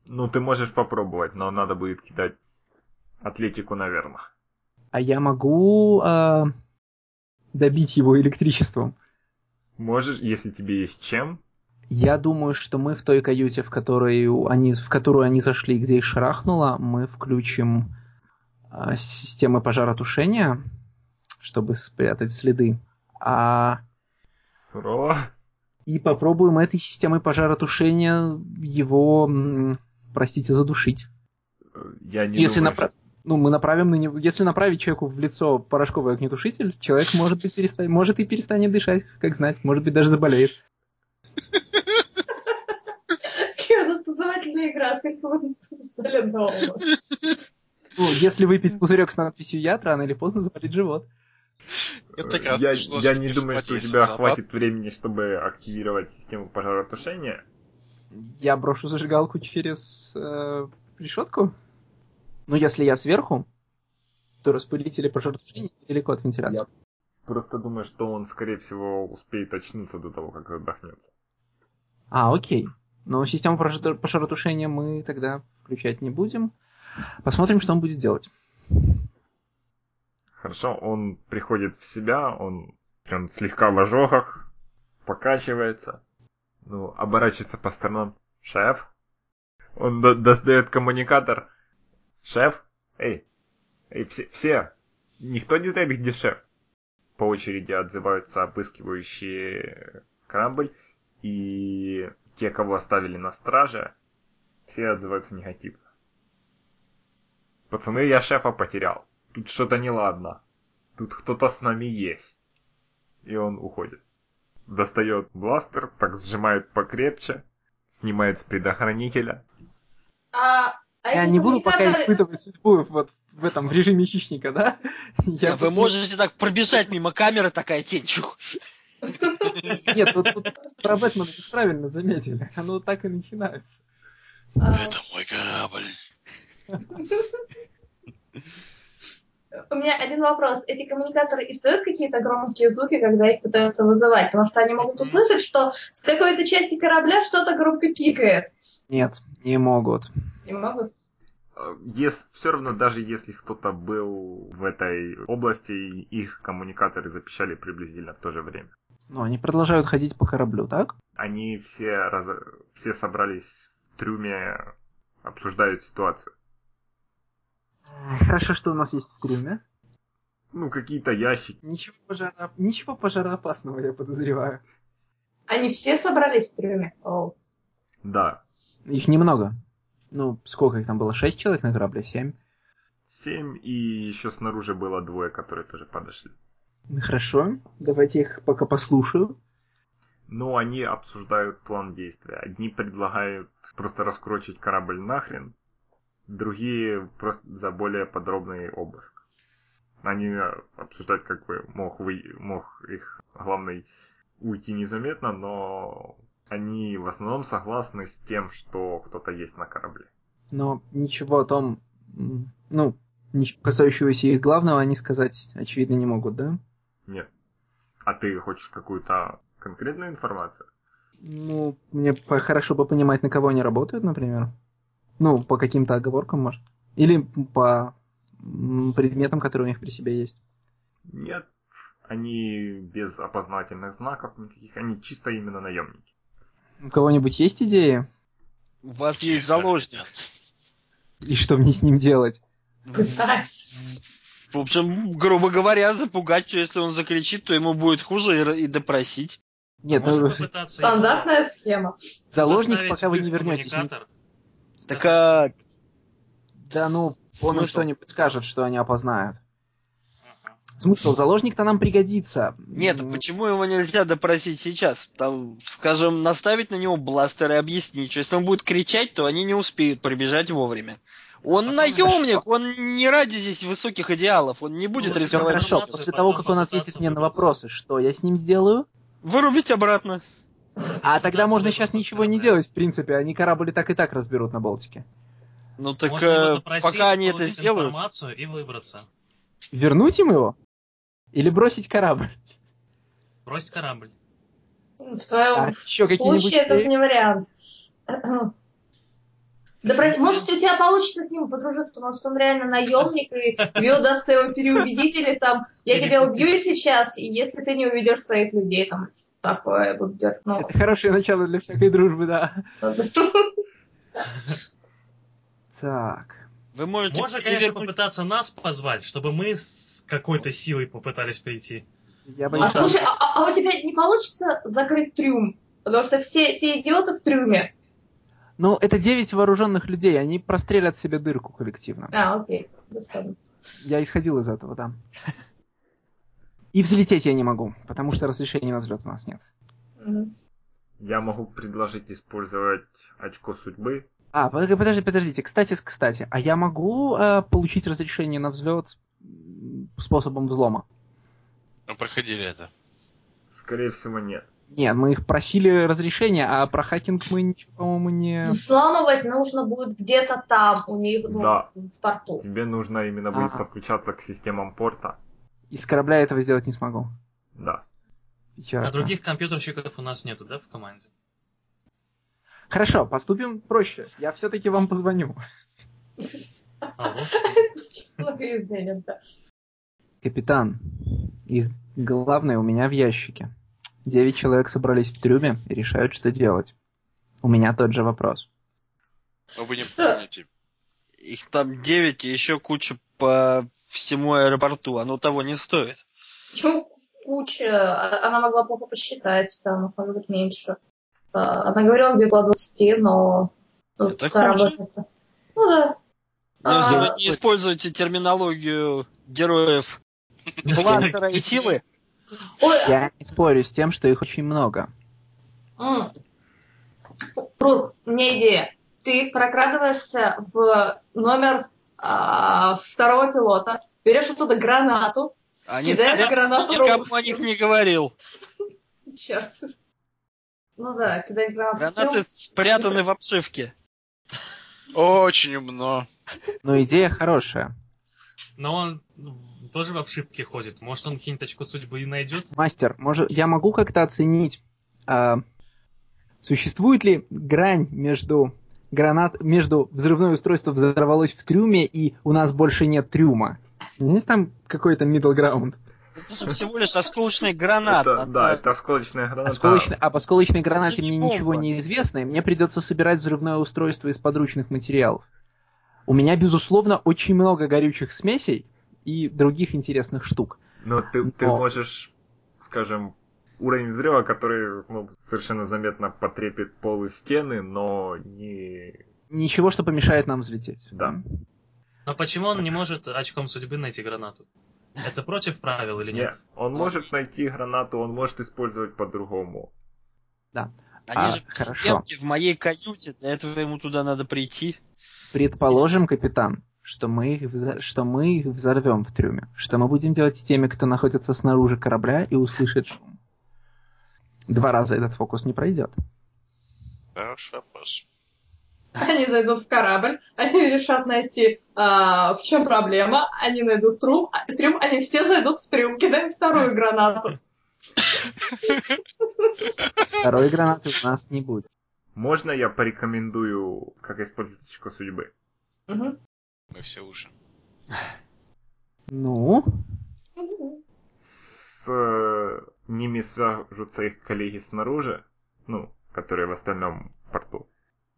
Ну, ты можешь попробовать, но надо будет кидать атлетику, наверное. А я могу а, добить его электричеством. Можешь, если тебе есть чем. Я думаю, что мы в той каюте, в которую они, в которую они зашли, где их шарахнуло, мы включим а, системы пожаротушения, чтобы спрятать следы. А, Сурово. и попробуем этой системой пожаротушения его, м, простите, задушить. Я не Если думаю, напра- Ну, мы направим на него. Если направить человеку в лицо порошковый огнетушитель, человек может быть переста- может и перестанет дышать, как знать, может быть, даже заболеет. Какая распознавательная игра, а сколько вы тут знали нового. Ну, если выпить пузырек с надписью яд, рано или поздно заболит живот. Это Э, как раз я, то, а что я с- не с- думаю, что у с- тебя с- хватит времени, чтобы активировать систему пожаротушения. Я брошу зажигалку через э, решетку. Ну, если я сверху, то распылители пожаротушения недалеко от вентиляции. Просто думаю, что он, скорее всего, успеет очнуться до того, как задохнется. А, окей. Но систему пожар- пожаротушения мы тогда включать не будем. Посмотрим, что он будет делать. Хорошо, он приходит в себя, он прям слегка в ожогах, покачивается, ну, оборачивается по сторонам. Шеф? Он до- достает коммуникатор. Шеф? Эй, эй, все, все! Никто не знает, где шеф. По очереди отзываются обыскивающие корабль, и те, кого оставили на страже, все отзываются негативно. Пацаны, я шефа потерял. Тут что-то неладно. Тут кто-то с нами есть. И он уходит. Достает бластер, так сжимает покрепче, снимает с предохранителя. А, а Я эти не буду пока коммуникаторы- испытывать судьбу вот в этом в режиме хищника, да? Я А Вы просто- можете так пробежать мимо камеры, такая тень. чух. Нет, вот тут про Бэтмена вы правильно заметили. Оно так и начинается. а, Это мой корабль. У меня один вопрос. Эти коммуникаторы издают какие-то громкие звуки, когда их пытаются вызывать? Потому что они могут услышать, что с какой-то части корабля что-то громко пикает. Нет, не могут. Не могут? Если, все Э, равно, даже если кто-то был в этой области, и их коммуникаторы запищали приблизительно в то же время. Но они продолжают ходить по кораблю, так? Они все, раз... все собрались в трюме, обсуждают ситуацию. Хорошо, что у нас есть в трюме. Ну, какие-то ящики. Ничего, пожара... Ничего пожароопасного, я подозреваю. Они все собрались в трюме. О. Да, Их немного. Ну, сколько их там было? Шесть человек на корабле? Семь? семь, и еще снаружи было двое, которые тоже подошли. Ну, Хорошо, давайте их пока послушаю. Ну, они обсуждают план действия. Одни предлагают просто раскрочить корабль нахрен, другие просто за более подробный обыск. Они э, обсуждают, как бы мог, вы... мог их главный уйти незаметно, но они в основном согласны с тем, что кто-то есть на корабле. Но ничего о том, м, ну, ничего касающегося их главного, они сказать, очевидно, не могут, да? Нет. А ты хочешь какую-то конкретную информацию? Ну, мне по- хорошо бы понимать, на кого они работают, например. Ну, по каким-то оговоркам, может. Или по м, предметам, которые у них при себе есть. Нет. Они без опознавательных знаков никаких. Они чисто именно наемники. У кого-нибудь есть идеи? У вас есть заложник. И что мне с ним делать? Пытать. В общем, грубо говоря, запугать, что если он закричит, то ему будет хуже и р- и допросить. Нет, ну, Можно попытаться его Стандартная схема. заложник, заставить пока вы не быть вернетесь. не- коммуникатор. Так а, Да ну, он им Смысл? что-нибудь скажет, что они опознают. Ага. Смысл, заложник-то нам пригодится. Нет, М, почему его нельзя допросить сейчас? Там, скажем, наставить на него бластер и объяснить, что если он будет кричать, то они не успеют прибежать вовремя. Он Потом наемник, он не ради здесь высоких идеалов, он не будет Ну, Все рисовать. хорошо. попытаться, После потом того, как он попытаться ответит мне на выбраться. вопросы, что я с ним сделаю, Вырубить обратно. а тогда Попытаться можно выбраться сейчас с ничего не корабля. делать, в принципе. Они корабль и так и так разберут на Балтике. Ну так Можно его э, допросить, пока они это получить сделают. информацию и выбраться. Вернуть им его? Или бросить корабль? Бросить корабль. В твоем А еще какие-нибудь... случае это идеи? не вариант. Добро- Может, у тебя получится с ним подружиться, может, он реально наемник, и тебе удастся его переубедить, или там, я тебя убью сейчас, и если ты не уведешь своих людей, там, такое вот идет. Ну, а Это хорошее начало для всякой дружбы, да. Так. Вы можете Можно, конечно, перевернуть. попытаться нас позвать, чтобы мы с какой-то силой попытались прийти. Я А боюсь, что- слушай, а, а- а у тебя не получится закрыть трюм? Потому что все те идиоты в трюме. Ну, это 9 вооруженных людей, они прострелят себе дырку коллективно. А, окей, достану. Я исходил из этого, да. И взлететь я не могу, потому что разрешения на взлет у нас нет. Мгм. Я могу предложить использовать очко судьбы. А, под- подожди, подождите, кстати, с- кстати, а я могу э, получить разрешение на взлет м, способом взлома? Мы Ну, проходили это. Скорее всего, нет. Нет, мы их просили разрешения, а про хакинг мы ничего, по-моему, не... Взламывать нужно будет где-то там, у них ну, Да. в порту. Тебе нужно именно будет Ага. подключаться к системам порта. Из корабля этого сделать не смогу. Да. Печально. А других компьютерщиков у нас нету, да, в команде? Хорошо, поступим проще. Я все-таки вам позвоню. Алло. Число изменит, да. Капитан, и главное у меня в ящике. Девять человек собрались в трюме и решают, что делать. У меня тот же вопрос. Но вы не помните. Их там 9 и еще куча по всему аэропорту. Оно того не стоит. Почему куча? А- Она могла плохо посчитать, там, может быть, меньше. Она говорила, он бегла 20, но ну, Это пока хуже. работается. Ну да. Если А, вы не используете терминологию героев бластера и силы, Ой, Я не спорю с тем, что их очень много. М. Рук, у меня идея. Ты прокрадываешься в номер а, второго пилота, берешь оттуда гранату, они кидаешь стоят, гранату никому Ру. о них не говорил. Черт. Ну да, кидай гранату. Гранаты Причём- спрятаны в обшивке. Очень умно. Но идея хорошая. Но он тоже в обшивке ходит. Может, он какие-нибудь очко судьбы и найдет? Мастер, может, я могу как-то оценить, а, существует ли грань между гранат, между взрывное устройство взорвалось в трюме и у нас больше нет трюма? Есть там какой-то middle ground? Это же всего лишь осколочная граната. Это- да, это осколочная граната. Осколочный- об осколочной гранате Это же мне не ничего бомба. не известно, и мне придется собирать взрывное устройство из подручных материалов. У меня, безусловно, очень много горючих смесей и других интересных штук. Но ты, ты Но- можешь, скажем, уровень взрыва, который ну, совершенно заметно потрепит пол и стены, но не... Ничего, что помешает нам взлететь. Да. Но почему он не может очком судьбы найти гранату? Это против правил или не- нет? Он может найти гранату, он может использовать по-другому. Они А, же в хорошо. стенке в моей каюте, для этого ему туда надо прийти. Предположим, капитан, что мы, их взор- что мы их взорвем в трюме. Что мы будем делать с теми, кто находится снаружи корабля и услышит шум? Два раза этот фокус не пройдет. Хороший вопрос. Они зайдут в корабль, они решат найти, а, в чем проблема, они найдут трюм, а- трюм, они все зайдут в трюм, кидаем вторую гранату. Второй гранаты у нас не будет. Можно я порекомендую, как использовать очко судьбы? Мгм. Мы все уши. Ну, С э, ними свяжутся их коллеги снаружи, ну, которые в остальном порту,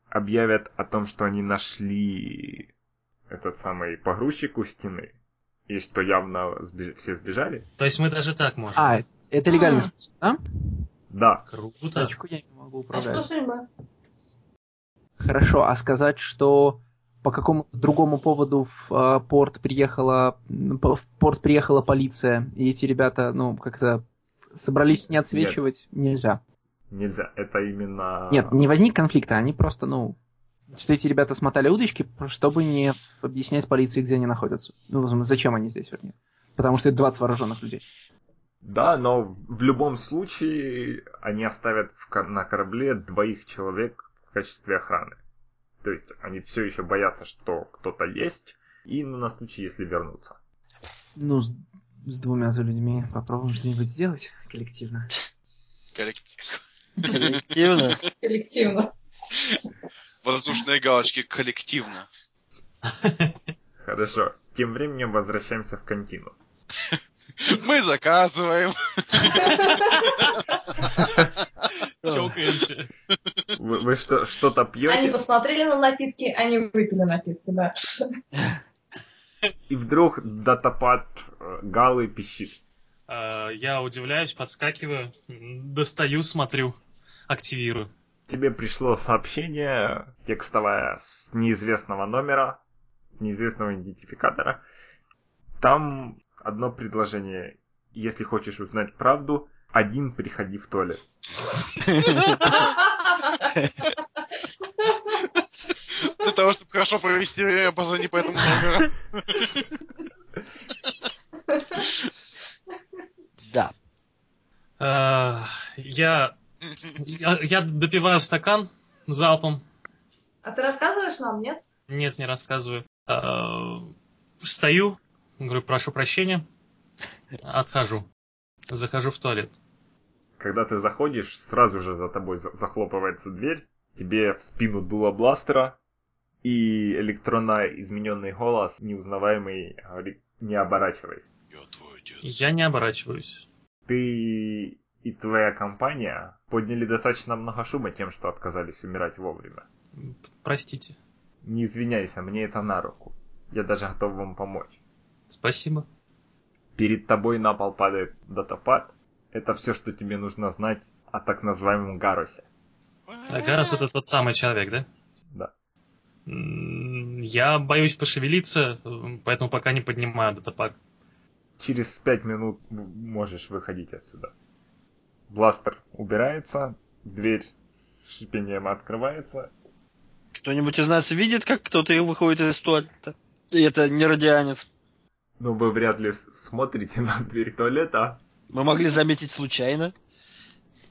объявят о том, что они нашли этот самый погрузчик у стены, и что явно сбе- все сбежали. То есть мы даже так можем. а, это легальный М. способ, да? Да, Круто. Тачку я не могу А управлять. что судьба? Хорошо, а сказать, что по какому-то другому поводу в э, порт приехала м, по- в порт приехала полиция, и эти ребята, ну, как-то собрались не отсвечивать, нельзя. нельзя. Это А. именно... Нет, не возник конфликта, они просто, ну, что эти ребята смотали удочки, про- чтобы не в- объяснять полиции, где они находятся. Ну, возможно, зачем они здесь, вернее. Потому что это 20 вооруженных людей. Да, но в любом случае они оставят в кор- на корабле двоих человек в качестве охраны. То есть они все еще боятся, что кто-то есть, и ну, на случай, если вернутся. Ну, с, с двумя за людьми попробуем что-нибудь сделать коллективно. Коллектив. Коллективно. Коллективно. Воздушные галочки коллективно. Хорошо. Тем временем возвращаемся в контину. Мы заказываем. Чокаемся. Вы, вы что, что-то Они пьете, посмотрели на напитки, они выпили напитки, да. и вдруг датапад э, Галы пищит. Э, Я удивляюсь, подскакиваю, м, достаю, смотрю, активирую. Тебе пришло сообщение текстовое с неизвестного номера, неизвестного идентификатора. Там одно предложение. Если хочешь узнать правду, один приходи в туалет. Для того, чтобы хорошо провести время, позвони по этому номеру. Да. Э, Я, я я допиваю стакан залпом, А ты рассказываешь нам, нет? Нет, не рассказываю. А, Встаю, говорю, прошу прощения, отхожу. Захожу в туалет. Когда ты заходишь, сразу же за тобой за- захлопывается дверь, тебе в спину дуло бластера, и электронно измененный голос, неузнаваемый, говорит, не оборачивайся. Я твой дед. Я не оборачиваюсь. Ты и твоя компания подняли достаточно много шума тем, что отказались умирать вовремя. Простите. Не извиняйся, мне это на руку. Я даже готов вам помочь. Спасибо. Перед тобой на пол падает датапад. Это все, что тебе нужно знать о так называемом Гарусе. А Гарас это тот самый человек, да? Да. М, Я боюсь пошевелиться, м, поэтому пока не поднимаю датапак. Через пять минут м- можешь выходить отсюда. Бластер убирается, дверь с шипением открывается. Кто-нибудь из нас видит, как кто-то и выходит из туалета? И это не радианец. Но Ну, вы вряд ли с- смотрите на дверь туалета. Мы могли заметить случайно.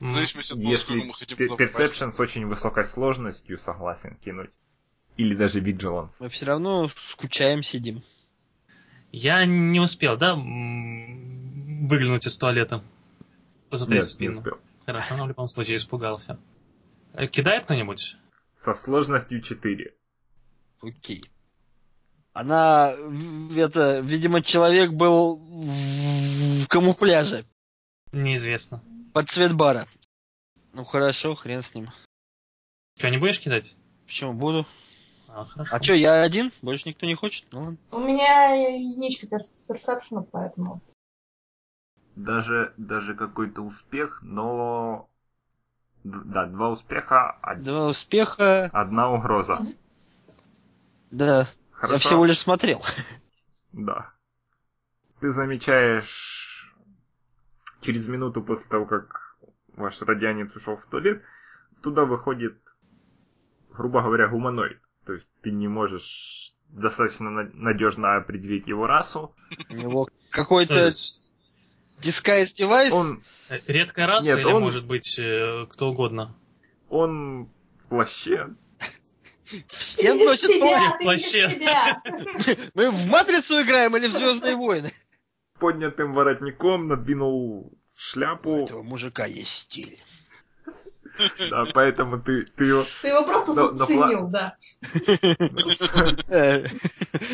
В М, зависимости от того, Если сколько мы хотим пер- туда Perception с очень высокой сложностью согласен кинуть. Или даже Vigilance. Мы все равно скучаем, сидим. Я не успел, да, м, выглянуть из туалета? Посмотреть Нет, в не спину. успел. Хорошо, но в любом случае испугался. Э, Кидает кто-нибудь? Со сложностью 4. Окей. Она, в- это, видимо, человек был в в камуфляже Неизвестно. под цвет бара. Ну хорошо, хрен с ним. Что, не будешь кидать? Почему буду? А, хорошо. А чё, я один? Больше никто не хочет? Ну ладно. У меня единичка перс- персепшена, поэтому... Даже, даже какой-то успех, но... Д- Да, два успеха, од- Два успеха. одна угроза. Да, Хорошо? я всего лишь смотрел. Да. Ты замечаешь через минуту после того, как ваш радианец ушел в туалет, туда выходит, грубо говоря, гуманоид. То есть ты не можешь достаточно на- надежно определить его расу. У него То какой-то есть, дискайз девайс. Он, Ну, э, Редкая раса Нет, или, он- может быть, э, кто угодно? он в плаще, Все Ты видишь носят себя, в ты плаще. видишь себя. Мы в матрицу играем или в Звездные войны? с поднятым воротником, надвинул У шляпу, этого мужика есть стиль. да, поэтому ты, ты его... Ты его просто На- на заценил, да. Э,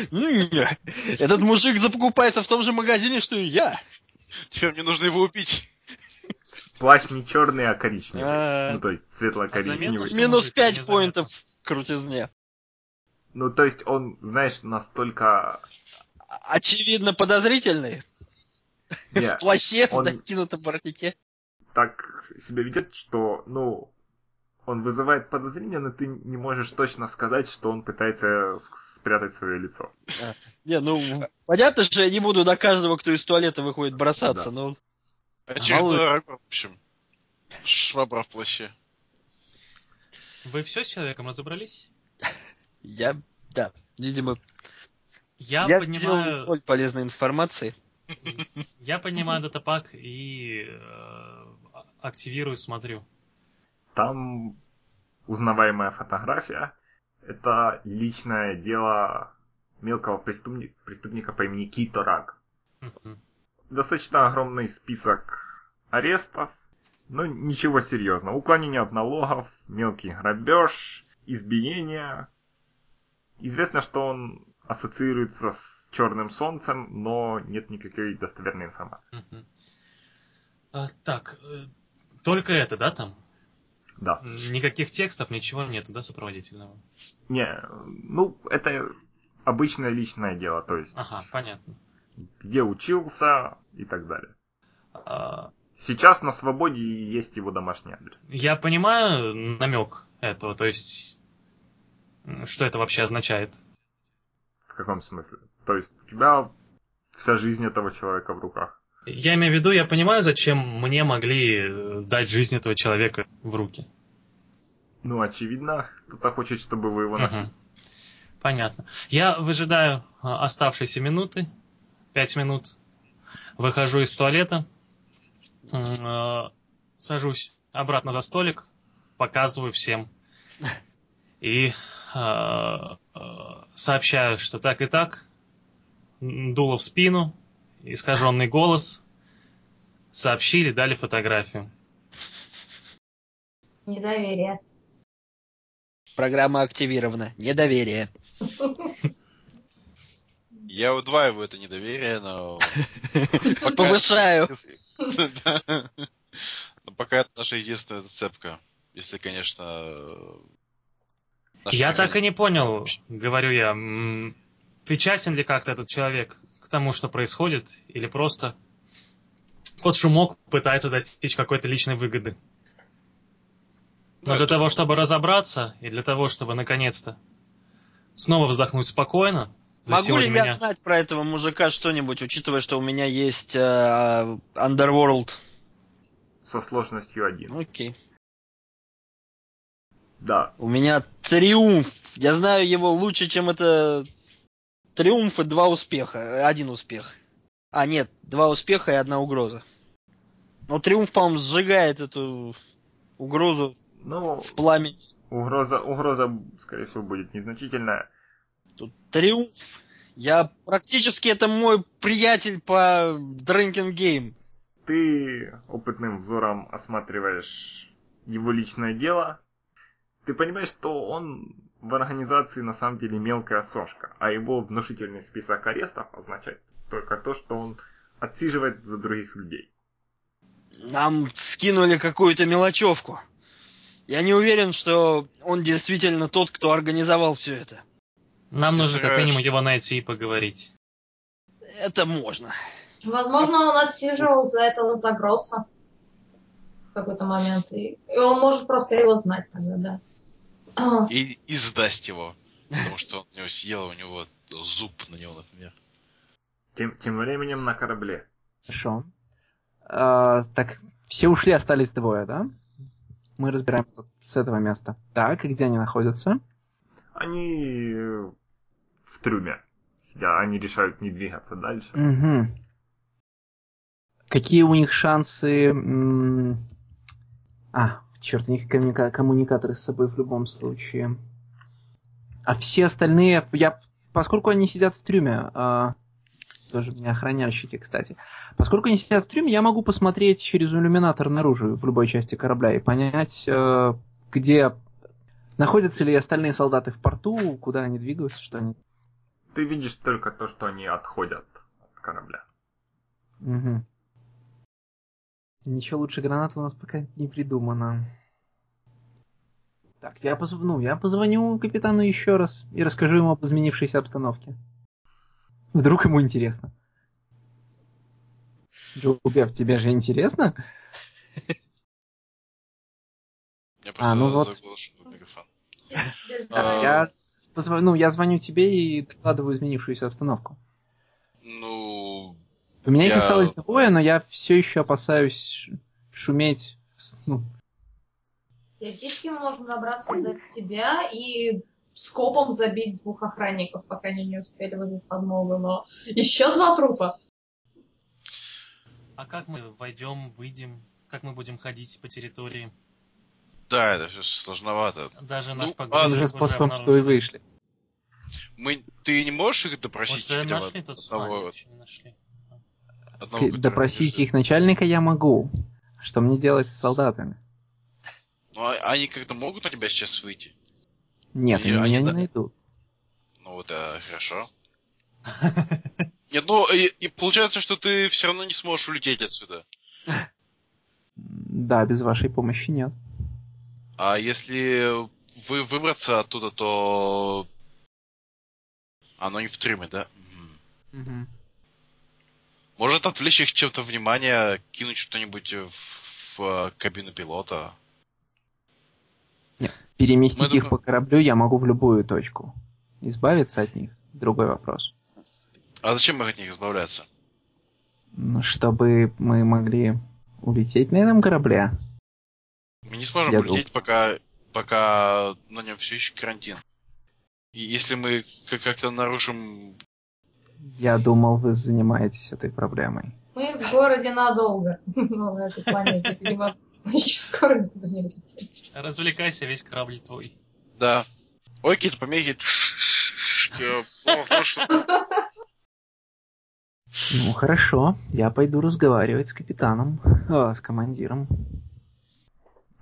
ну, не. Этот мужик закупается в том же магазине, что и я. покрасить. Теперь мне нужно его убить. Плащ не черный, а коричневый. А, Ну, то есть светло-коричневый. заметно, Минус Мужик, я не 5 поинтов в крутизне. Ну, то есть он, знаешь, настолько... Очевидно подозрительный. Не, В плаще, в он- накинутом воротнике. так себя ведет, что, ну, он вызывает подозрения, но ты не можешь точно сказать, что он пытается с- спрятать свое лицо. Не, ну, понятно, что я не буду на каждого, кто из туалета выходит, бросаться. Да. Но Очередной Мало рак, в общем. Швабра в плаще. Вы все с человеком разобрались? я, да, видимо, Я, я поднимаю... сделал ноль полезной информации. Я поднимаю датапак и э, активирую, смотрю. Там узнаваемая фотография — это личное дело мелкого преступни- преступника по имени Кито Рак. Мгм. Достаточно огромный список арестов, но ничего серьезного. Уклонение от налогов, мелкий грабеж, избиение. Известно, что он ассоциируется с черным солнцем, но нет никакой достоверной информации. Мгм. А, так, э, только это, да, там? Да. Никаких текстов, ничего нету, да, сопроводительного? Не, ну, это обычное личное дело, то есть Ага, понятно. где учился и так далее. А, Сейчас на свободе и есть его домашний адрес. я понимаю намек этого, то есть, м, что это вообще означает? В каком смысле? То есть у тебя вся жизнь этого человека в руках. Я имею в виду, я понимаю, зачем мне могли э, дать жизнь этого человека в руки. Ну, очевидно, кто-то хочет, чтобы вы его нашли. Мгм. Понятно. Я выжидаю а, оставшиеся минуты, пять минут, выхожу из туалета, м, э, сажусь обратно за столик, показываю всем и э, э, сообщаю, что так и так, м, дуло в спину, искаженный голос, сообщили, дали фотографию. Недоверие. Программа активирована. Недоверие. Я удваиваю это недоверие, но... Пока- Повышаю. Да. Но Ну, пока это наша единственная зацепка. Если, конечно... э, наш Я магазин- так и не понял, говорю я, м, причастен ли как-то этот человек к тому, что происходит, или просто под шумок пытается достичь какой-то личной выгоды. Но для того, чтобы разобраться, и для того, чтобы наконец-то снова вздохнуть спокойно, за Могу ли сегодня я меня- знать про этого мужика что-нибудь, учитывая, что у меня есть э, Underworld? Со сложностью один. Окей. Да. У меня Триумф. Я знаю его лучше, чем это... Триумф и два успеха. э, Один успех. А, нет, два успеха и одна угроза. Но Триумф, по-моему, сжигает эту угрозу Ну, в пламени. угроза, угроза, скорее всего, будет незначительная. Тут Триумф. Я практически это мой приятель по Drinking Game. Ты опытным взором осматриваешь его личное дело. Ты понимаешь, что он в организации на самом деле мелкая сошка, а его внушительный список арестов означает только то, что он отсиживает за других людей. Нам скинули какую-то мелочевку. Я не уверен, что он действительно тот, кто организовал все это. Нам Ты нужно как собираешь- минимум его найти и поговорить. Это можно. Возможно, он отсиживал за этого загроса в какой-то момент. И, и он может просто его знать тогда, А, да. И, и сдасть его. Потому что он у него съел, у него зуб на него, например. Тем, тем временем на корабле. Хорошо. А, так, все ушли, остались двое, да? Мы разбираем тут с этого места. Так, и где они находятся? Они э, в трюме сидят, они решают не двигаться дальше. Угу. Какие у них шансы... м, А, черт, у них коммуника- коммуникаторы с собой в любом случае. А все остальные... Я, поскольку они сидят в трюме... а, Тоже меня охраняющие, кстати. Поскольку они сидят в трюме, я могу посмотреть через иллюминатор наружу в любой части корабля и понять, э, где... Находятся ли остальные солдаты в порту, куда они двигаются, что они Ты видишь только то, что они отходят от корабля. Угу. Ничего лучше гранат у нас пока не придумано. Так, я позв... ну, я позвоню капитану еще раз и расскажу ему об изменившейся обстановке. Вдруг ему интересно. Джоубер, тебе же интересно? Я А, ну вот. заглушил микрофон. Да. Я с- позв- ну, я звоню тебе и докладываю изменившуюся обстановку. Ну, У меня их Я- осталось двое, но я все еще опасаюсь ш- шуметь. Ну, Теоретически мы можем добраться до тебя и скопом забить двух охранников, пока они не успели вызвать подмогу, но еще два трупа. А как мы войдем, выйдем? Как мы будем ходить по территории? да, это все сложновато. Даже Ну, наш а погрузчик тем с- же уже способом, что и обнаружил. вышли. Мы, ты не можешь их допросить? Уже хотя бы нашли тот а, одного, нет, еще не нашли. одного, К- который Допросить лежит? их начальника я могу. Что мне делать с солдатами? Ну, а- они как-то могут на тебя сейчас выйти? Нет, И они они меня не да- найдут. Ну, вот, а, хорошо. Нет, ну, и, и получается, что ты все равно не сможешь улететь отсюда. М, Да, без вашей помощи нет. А если вы выбраться оттуда, то... Оно не в трюме, да? Мгм. Может отвлечь их чем-то внимание, кинуть что-нибудь в, в, э, кабину пилота. Мы Переместить тут- их по кораблю я могу в любую точку. Избавиться от них – другой вопрос. А зачем их от них избавляться? М, Чтобы мы могли улететь на этом корабле. Мы не сможем Я улететь, пока, пока на нем все еще карантин. И если мы к- как-то нарушим... Я думал, вы занимаетесь этой проблемой. Мы в городе надолго. Ну, на этой планете, видимо, мы еще скоро никуда не улетим. Развлекайся, весь корабль твой. Да. Ой, какие-то помехи. Я плохо, что- Ну, хорошо. Я пойду разговаривать с капитаном, а, с командиром.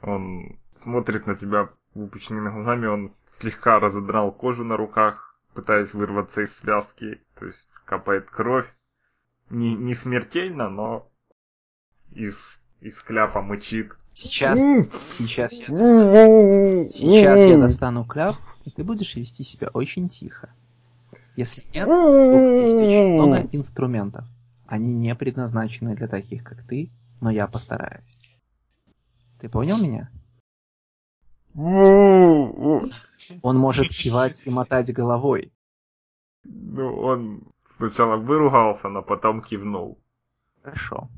Он смотрит на тебя выпученными глазами, он слегка разодрал кожу на руках, пытаясь вырваться из связки, то есть капает кровь. Не, не смертельно, но из, из кляпа мычит. Сейчас, сейчас я достану, сейчас я достану кляп, и ты будешь вести себя очень тихо. Если нет, вокруг есть очень много инструментов. Они не предназначены для таких, как ты, но я постараюсь. Ты понял меня? Ну, Он может кивать и мотать головой. Ну, он сначала выругался, но потом кивнул. Хорошо.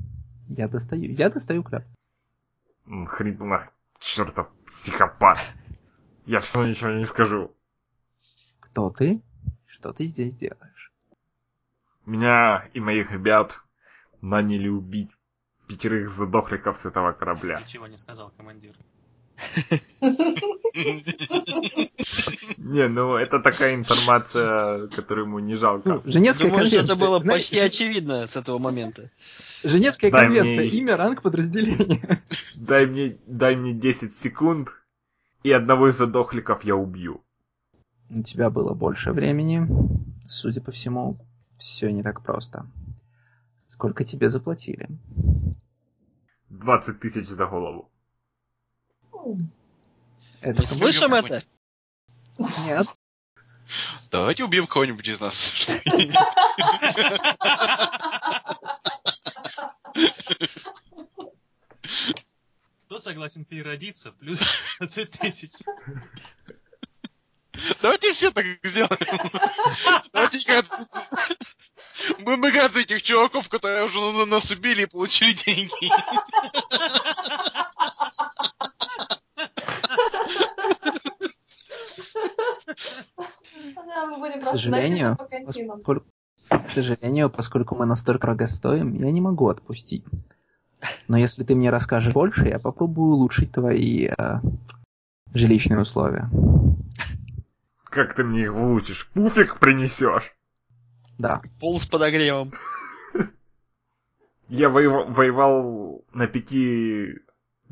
Я достаю. Я достаю кляп. М, Хрипло. Чертов психопат. Я все равно ничего не скажу. Кто ты? Что ты здесь делаешь? Меня и моих ребят наняли убить пятерых задохликов с этого корабля. Ничего не сказал командир. Не, ну это такая информация, которую ему не Ну, жалко. Женевская Думаю, что конвенция. это было Знаешь, почти очевидно с этого момента. Женевская Дай мне конвенция. их. Имя, ранг, подразделение. Дай мне, дай мне 10 секунд, и одного из задохликов я убью. У тебя было больше времени. Судя по всему, все не так просто. Сколько тебе заплатили? 20 тысяч за голову. Это Мы слышим Ё- это? нет. Давайте убьем кого-нибудь из нас. Кто согласен переродиться? Плюс 20 тысяч. Давайте все так сделаем. Давайте не гадать. Мы мы гады этих чуваков, которые уже на- нас убили и получили деньги. Да, мы будем К сожалению, разноситься по континам. поскольку- к сожалению, поскольку мы настолько дорого стоим, я не могу отпустить. Но если ты мне расскажешь больше, я попробую улучшить твои э, жилищные условия. Как ты мне их влучишь? Пуфик принесешь? Да. Пол с подогревом. Я воева- воевал на пяти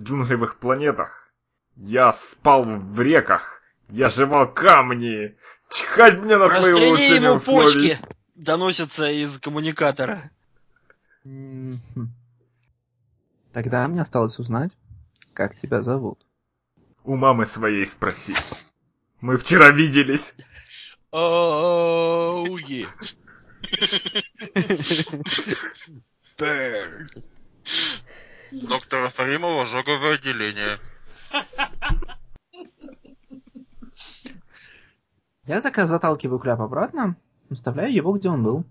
джунглевых планетах. Я спал в реках. Я жевал камни. Чхать мне на твои Прострели улучшения ему условий. почки! Доносится из коммуникатора. М, хм. Тогда мне осталось узнать, как тебя зовут. У мамы своей спроси. Мы вчера виделись. Оуе. Доктора Фаримова, жоговое отделение. Я заказ заталкиваю кляп обратно, вставляю его, где он был.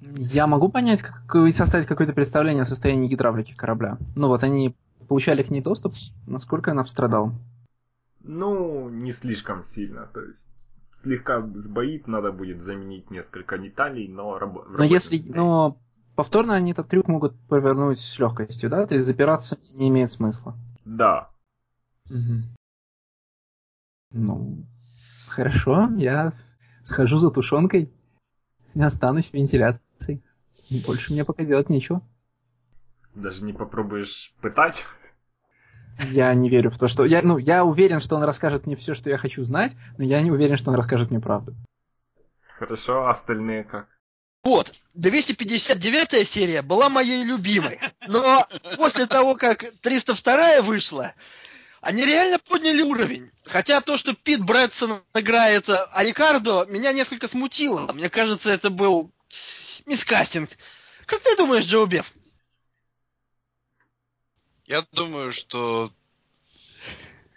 Я могу понять, как, и составить какое-то представление о состоянии гидравлики корабля. Ну вот они получали к ней доступ, насколько она страдала. Ну, не слишком сильно, то есть слегка сбоит, надо будет заменить несколько деталей, но раб- в Но рабочем если, состоянии. но повторно они этот трюк могут провернуть с легкостью, да? То есть запираться не имеет смысла. Да. Ну, хорошо, я схожу за тушенкой и останусь в вентиляции. Больше мне пока делать нечего. Даже не попробуешь пытать. Я не верю в то, что... Я, ну, я уверен, что он расскажет мне все, что я хочу знать, но я не уверен, что он расскажет мне правду. Хорошо, а остальные как? Вот, 259 серия была моей любимой. Но после того, как 302 вышла, они реально подняли уровень. Хотя то, что Пит Брэдсон играет э, а Рикардо, меня несколько смутило. Мне кажется, это был мискастинг. Как ты думаешь, Джоубев? Я думаю, что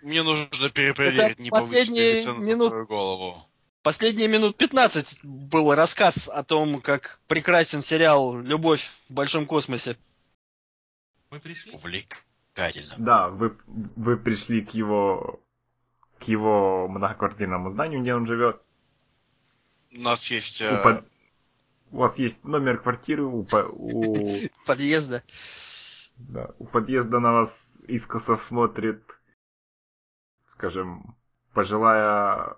мне нужно Это перепроверить, не последние повысили ли цену за минут- свою голову. Последние минут 15 был рассказ о том, как прекрасен сериал «Любовь в большом космосе». Мы пришли. Увлекательно. Да, вы, вы пришли к его к его многоквартирному зданию, где он живет. У нас есть... У э, под- У вас есть номер квартиры, у, по- у- Подъезда. да, у подъезда на вас искоса смотрит, скажем, пожилая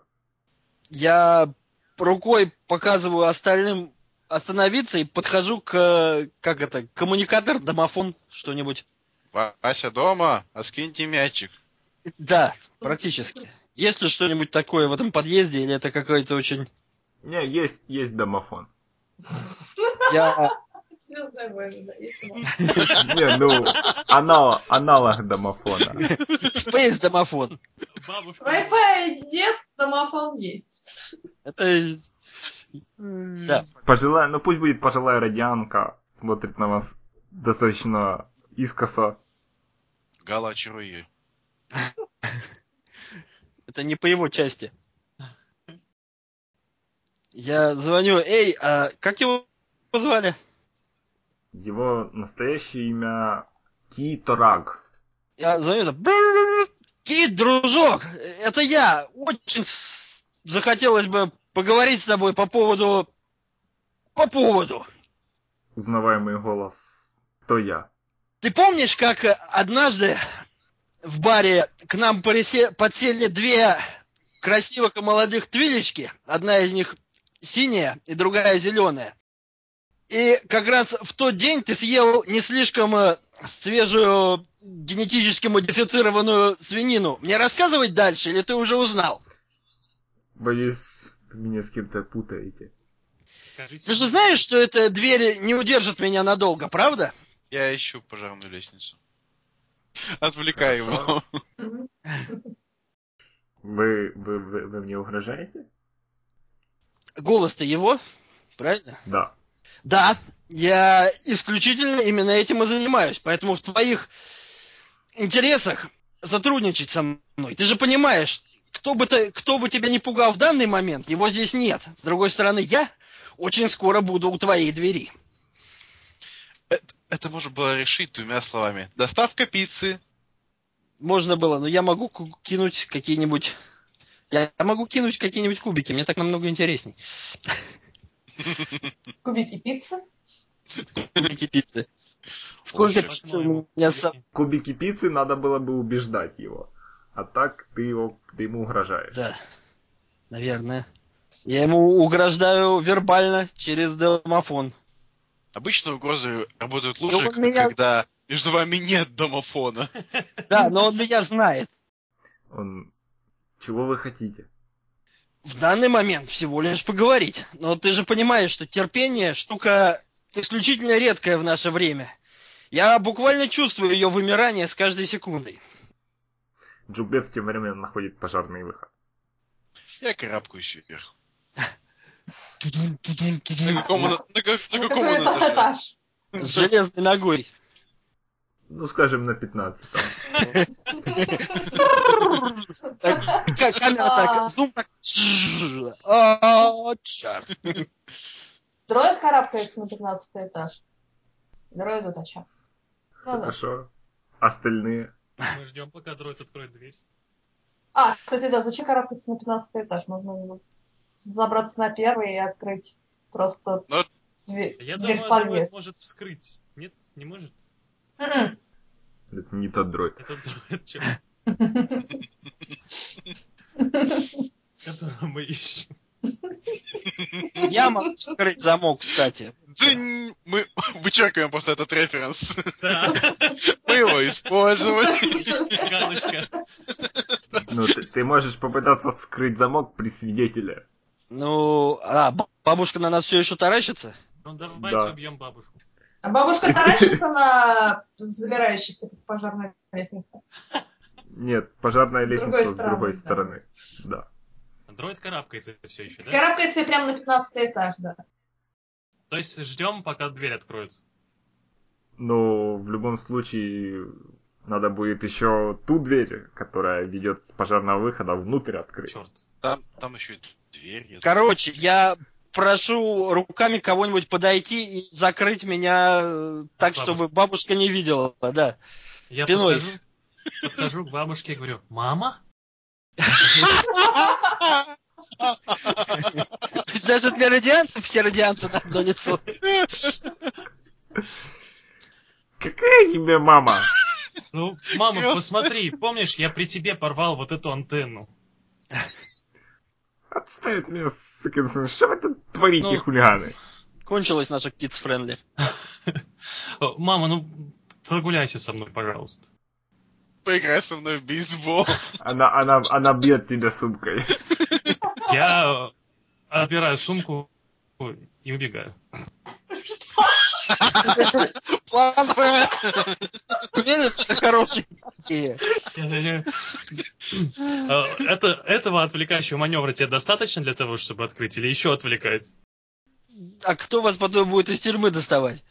Я рукой показываю остальным остановиться и подхожу к, э, как это, коммуникатор, домофон, что-нибудь. Вася дома, а скиньте мячик. Да, практически. Есть ли что-нибудь такое в этом подъезде, или это какой-то очень... Не, есть, есть домофон. Я... Звездные войны, да, есть у нас. Не, ну, анал- аналог домофона. Space домофон. Бабушка. Wi-Fi нет, домофон есть. Это... Да. Пожилая, ну пусть будет пожилая радианка, смотрит на вас достаточно искоса. Гала, очаруй ее. Это не по его части. Я звоню, эй, а как его позвали? Его настоящее имя Китораг. Я звоню, это «Брррррр». Кит, дружок, это я. Очень с- захотелось бы поговорить с тобой по поводу... По поводу. Узнаваемый голос. Кто я? Ты помнишь, как э, однажды в баре к нам поресе- подсели две красивых и молодых твилечки? Одна из них синяя и другая зеленая. И как раз в тот день ты съел не слишком э, свежую генетически модифицированную свинину. Мне рассказывать дальше или ты уже узнал? Боюсь, вы меня с кем-то путаете. Скажите. Ты же знаешь, что эта дверь не удержит меня надолго, правда? Я ищу пожарную лестницу. Отвлекай его. Вы, вы, вы, вы мне угрожаете? Голос-то его, правильно? Да. Да, я исключительно именно этим и занимаюсь, поэтому в твоих интересах сотрудничать со мной. Ты же понимаешь, кто бы, ты, кто бы тебя не пугал в данный момент, его здесь нет. С другой стороны, я очень скоро буду у твоей двери. Это можно было решить двумя словами. Доставка пиццы. Можно было, но я могу ку- кинуть какие-нибудь... Я могу кинуть какие-нибудь кубики, мне так намного интересней. Кубики пиццы. Кубики пиццы. Сколько Ой, пиццы у меня с собой? Кубики пиццы надо было бы убеждать его. А так ты, его, ты ему угрожаешь. Да, наверное. Я ему угрождаю вербально через домофон. Обычно угрозы работают он лучше, Ну, меня- когда между вами нет домофона. Да, но он меня знает. Он... Чего вы хотите? В данный момент всего лишь поговорить. Но ты же понимаешь, что терпение штука исключительно редкая в наше время. Я буквально чувствую ее вымирание с каждой секундой. Джубев тем временем находит пожарный выход. Я карабкаюсь вверх. На каком он- на как- на Ну, каком какой он это этаже? этаж? С железной ногой. Ну, скажем, на 15. Так, камера так, зум так. чжж. А, черт. Дроид карабкается на 15 этаж. Дроид удача. Ну да. Хорошо. Остальные. Мы ждем, пока дроид откроет дверь. А, кстати, да, зачем карабкаться на 15 этаж? Можно за- забраться на первый и открыть просто Ну, дверь, А Я думаю, дверь в дроид подъезд. может вскрыть. Нет, не может. М. Это не тот дроид. Это дроид, чё, которого мы ищем. Я могу вскрыть замок, кстати. Дзынь! Мы вычеркиваем просто этот референс. Да, Мы его использовали. галочка. Ну, ты, ты можешь попытаться вскрыть замок при свидетеле. Ну, а, б- бабушка на нас все еще таращится? Ну давайте Да. убьем бабушку. А бабушка таращится на забирающейся по пожарной лестнице. Нет, пожарная С лестница другой с другой стороны, стороны. Да. Дроид карабкается все еще, да? Карабкается и прямо на 15 этаж, да. То есть ждем, пока дверь откроют. Но в любом случае надо будет еще ту дверь, которая ведет с пожарного выхода внутрь открыть. Черт. Там, там еще и дверь. я Короче, я прошу руками кого-нибудь подойти и закрыть меня э, так, Бабушка. чтобы бабушка не видела, да. Я Спиной. подхожу, подхожу к бабушке и говорю, мама? То есть даже для радианцев все радианцы на одно лицо. Какая тебе мама? Ну, мама, Господи. посмотри, помнишь, я при тебе порвал вот эту антенну. Отставь от меня, суки, что вы тут творите, Ну. хулиганы? Кончилась наша Kids Friendly. О, Мама, ну прогуляйся со мной, пожалуйста. Поиграй со мной в бейсбол. Она, она, она бьет тебя сумкой. Я э, отбираю сумку и убегаю. План Б. Уверен, что это хорошие идеи? Э, Это, этого отвлекающего маневра тебе достаточно для того, чтобы открыть, или еще отвлекать? А кто вас потом будет из тюрьмы доставать?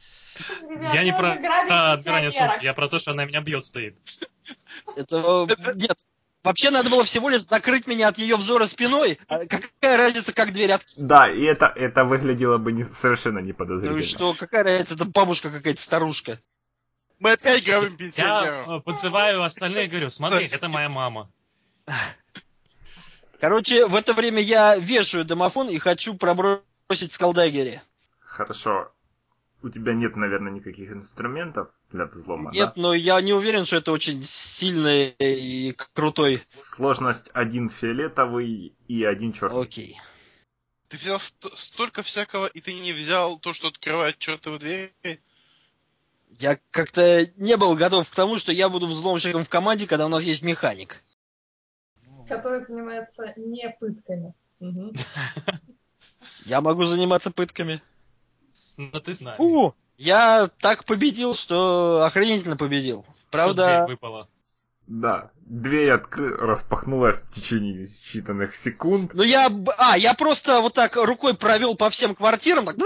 Я не про а, ну, отбирание сумки, я про то, что она меня бьет стоит. Это... Нет. Вообще надо было всего лишь закрыть меня от ее взора спиной. А Какая разница, как дверь от... Да, и это, это выглядело бы не, совершенно Ну неподозрительно. и что, какая разница, это бабушка какая-то старушка. Мы опять грабим пенсионеров. Я э, подзываю остальных и говорю, смотрите, это моя мама. Короче, в это время я вешаю домофон и хочу пробросить скалдагери. Хорошо. У тебя нет, наверное, никаких инструментов для взлома, Нет, да? но я не уверен, что это очень сильный и крутой. Сложность один фиолетовый и один черный. Окей. Ты взял ст- столько всякого, и ты не взял то, что открывает чертовы двери? Я как-то не был готов к тому, что я буду взломщиком в команде, когда у нас есть механик. Который занимается не пытками. Мгм. Я могу заниматься пытками. Но Ну, ты знаешь. Фу! Я так победил, что охренительно победил. Правда, выпала. Да. Дверь откры... распахнулась в течение считанных секунд. ну я... б- А, я просто вот так рукой провел по всем квартирам, так,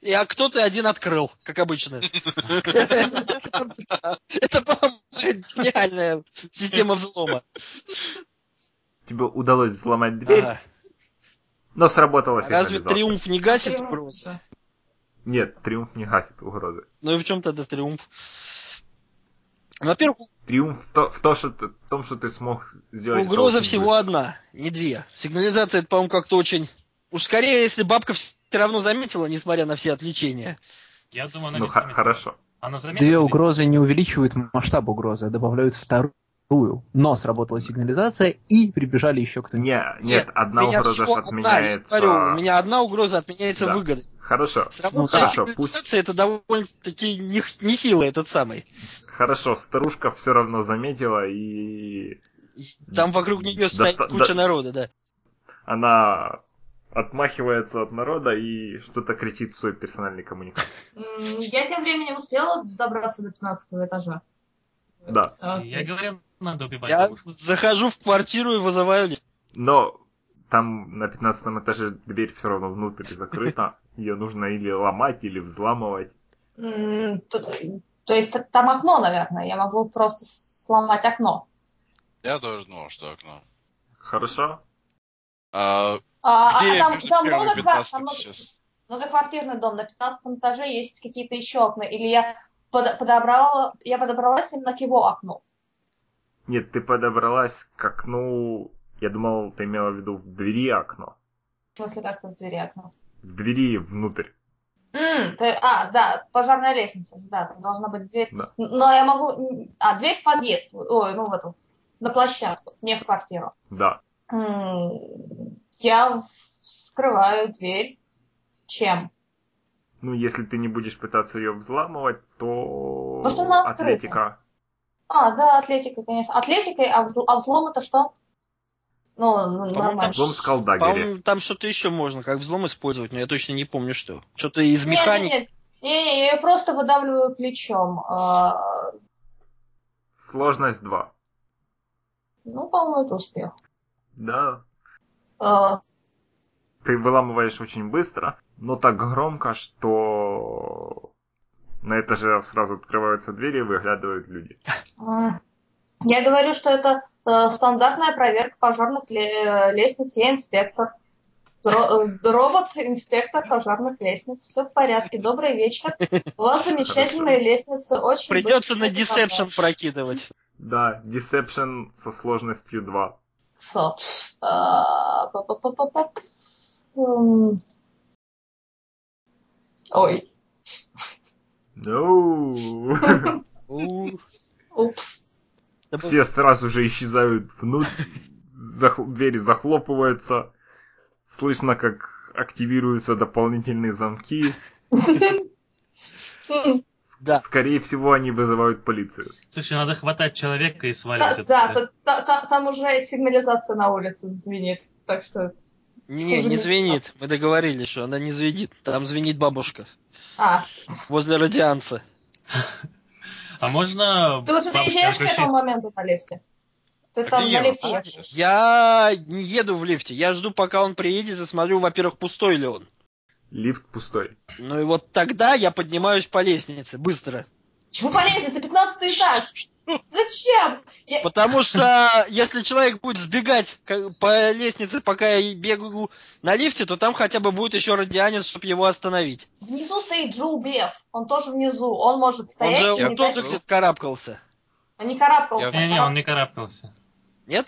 и а кто-то один открыл, как обычно. Это была моя гениальная система взлома. Тебе удалось взломать дверь, Ага. А но сработала Разве сигнализация. триумф не гасит Триумф. просто? Нет, триумф не гасит угрозы. Ну и в чем тогда триумф? Во-первых, Триумф в, то, в то, что ты- в том, что ты смог сделать... это Угроза очень всего одна, не две. Сигнализация, это, по-моему, как-то очень... Уж скорее, если бабка все равно заметила, несмотря на все отличия. Я думаю, быстро. Ну, она не х- заметила. хорошо. Она заметила? Две или- угрозы не увеличивают масштаб угрозы, а добавляют вторую. Но сработала сигнализация и прибежали еще кто-нибудь. Не, нет, одна У меня угроза всего ж одна, я отменяется. говорю, у меня одна угроза отменяется Да. выгодой. Хорошо, Сработавшая Ну, хорошо, пусть- сигнализация, это довольно-таки нех- нехило этот самый. хорошо, старушка все равно заметила, и Там вокруг нее стоит Доста- куча да. народа, да. она отмахивается от народа и что-то кричит в свой персональный коммуникатор. М, Я тем временем успела добраться до 15 этажа. Да, Окей. Я говорю, надо убивать Я бабушку. захожу в квартиру и вызываю... лифт. но там на 15 этаже дверь все равно внутрь закрыта, ее нужно или ломать, или взламывать. М, то- То есть т- там окно, наверное. Я могу просто сломать окно. Я тоже думал, что окно. Хорошо? А, А, где а я там, вижу там первый много, ква- 15 там много- сейчас? многоквартирный дом, на 15 этаже есть какие-то еще окна, или я под- подобрала, я подобралась именно к его окну. Нет, ты подобралась к окну, я думал, ты имела в виду в двери окно. В смысле, как в двери окно. В двери внутрь. М, то есть- а, да, пожарная лестница, да, там должна быть дверь. Да. Но я могу... А, дверь в подъезд, ой, ну в эту, на площадку, не в квартиру. Да. М, я вскрываю дверь чем? Ну, если ты не будешь пытаться ее взламывать, то... типа, Ну, что она открыта. Атлетика. А, да, атлетикой, конечно. Атлетикой, а, взл- а взлом это что? Ну, ну, По-моему, нормально. там Взлом скалдагери. По-моему, там что-то еще можно, как взлом использовать, но я точно не помню, что. Что-то из Нет, механики. нет, нет. Не-не, я ее просто выдавливаю плечом. А, Сложность 2. Ну, по-моему, это успех. Да. А, Ты выламываешь очень быстро, но так громко, что на этаже сразу открываются двери и выглядывают люди. м. Я говорю, что это э, стандартная проверка пожарных ле- э, лестниц. Я инспектор. Ро- э, Робот-инспектор пожарных лестниц. Все в порядке. Добрый вечер. У вас замечательные лестницы. Очень Придется быстро на это десепшн прокидывать. Да, Deception со сложностью 2. Со. А, па-па-па-па-па. М. Ой, Ну, У, упс. да был- Все сразу же исчезают внутрь, зах- двери захлопываются, слышно, как активируются дополнительные замки. Да. Скорее всего, они вызывают полицию. Слушай, надо хватать человека и Да, сваливать да, отсюда. та- та- та- там уже сигнализация на улице звенит, так что... Не, Хуже не не звенит. Мы договорились, что она не звенит. Там звенит бабушка. А, Возле радианца. А можно ты уже бабушке доезжаешь к этому отключить? моменту на лифте? Ты Так там и на Ева, лифте помнишь? едешь. Я не еду в лифте. Я жду, пока он приедет, и смотрю, во-первых, пустой ли он. Лифт пустой. Ну и вот тогда я поднимаюсь по лестнице, быстро. Чего по лестнице? 15 этаж! Зачем? Я- Потому что если человек будет сбегать к- по лестнице, пока я бегу на лифте, то там хотя бы будет еще радианец, чтобы его остановить. Внизу стоит Джоу Беф. Он тоже внизу. Он может Он стоять же, и он не тоже дать- где-то карабкался. Он не карабкался. Не-не, он не карабкался. Нет?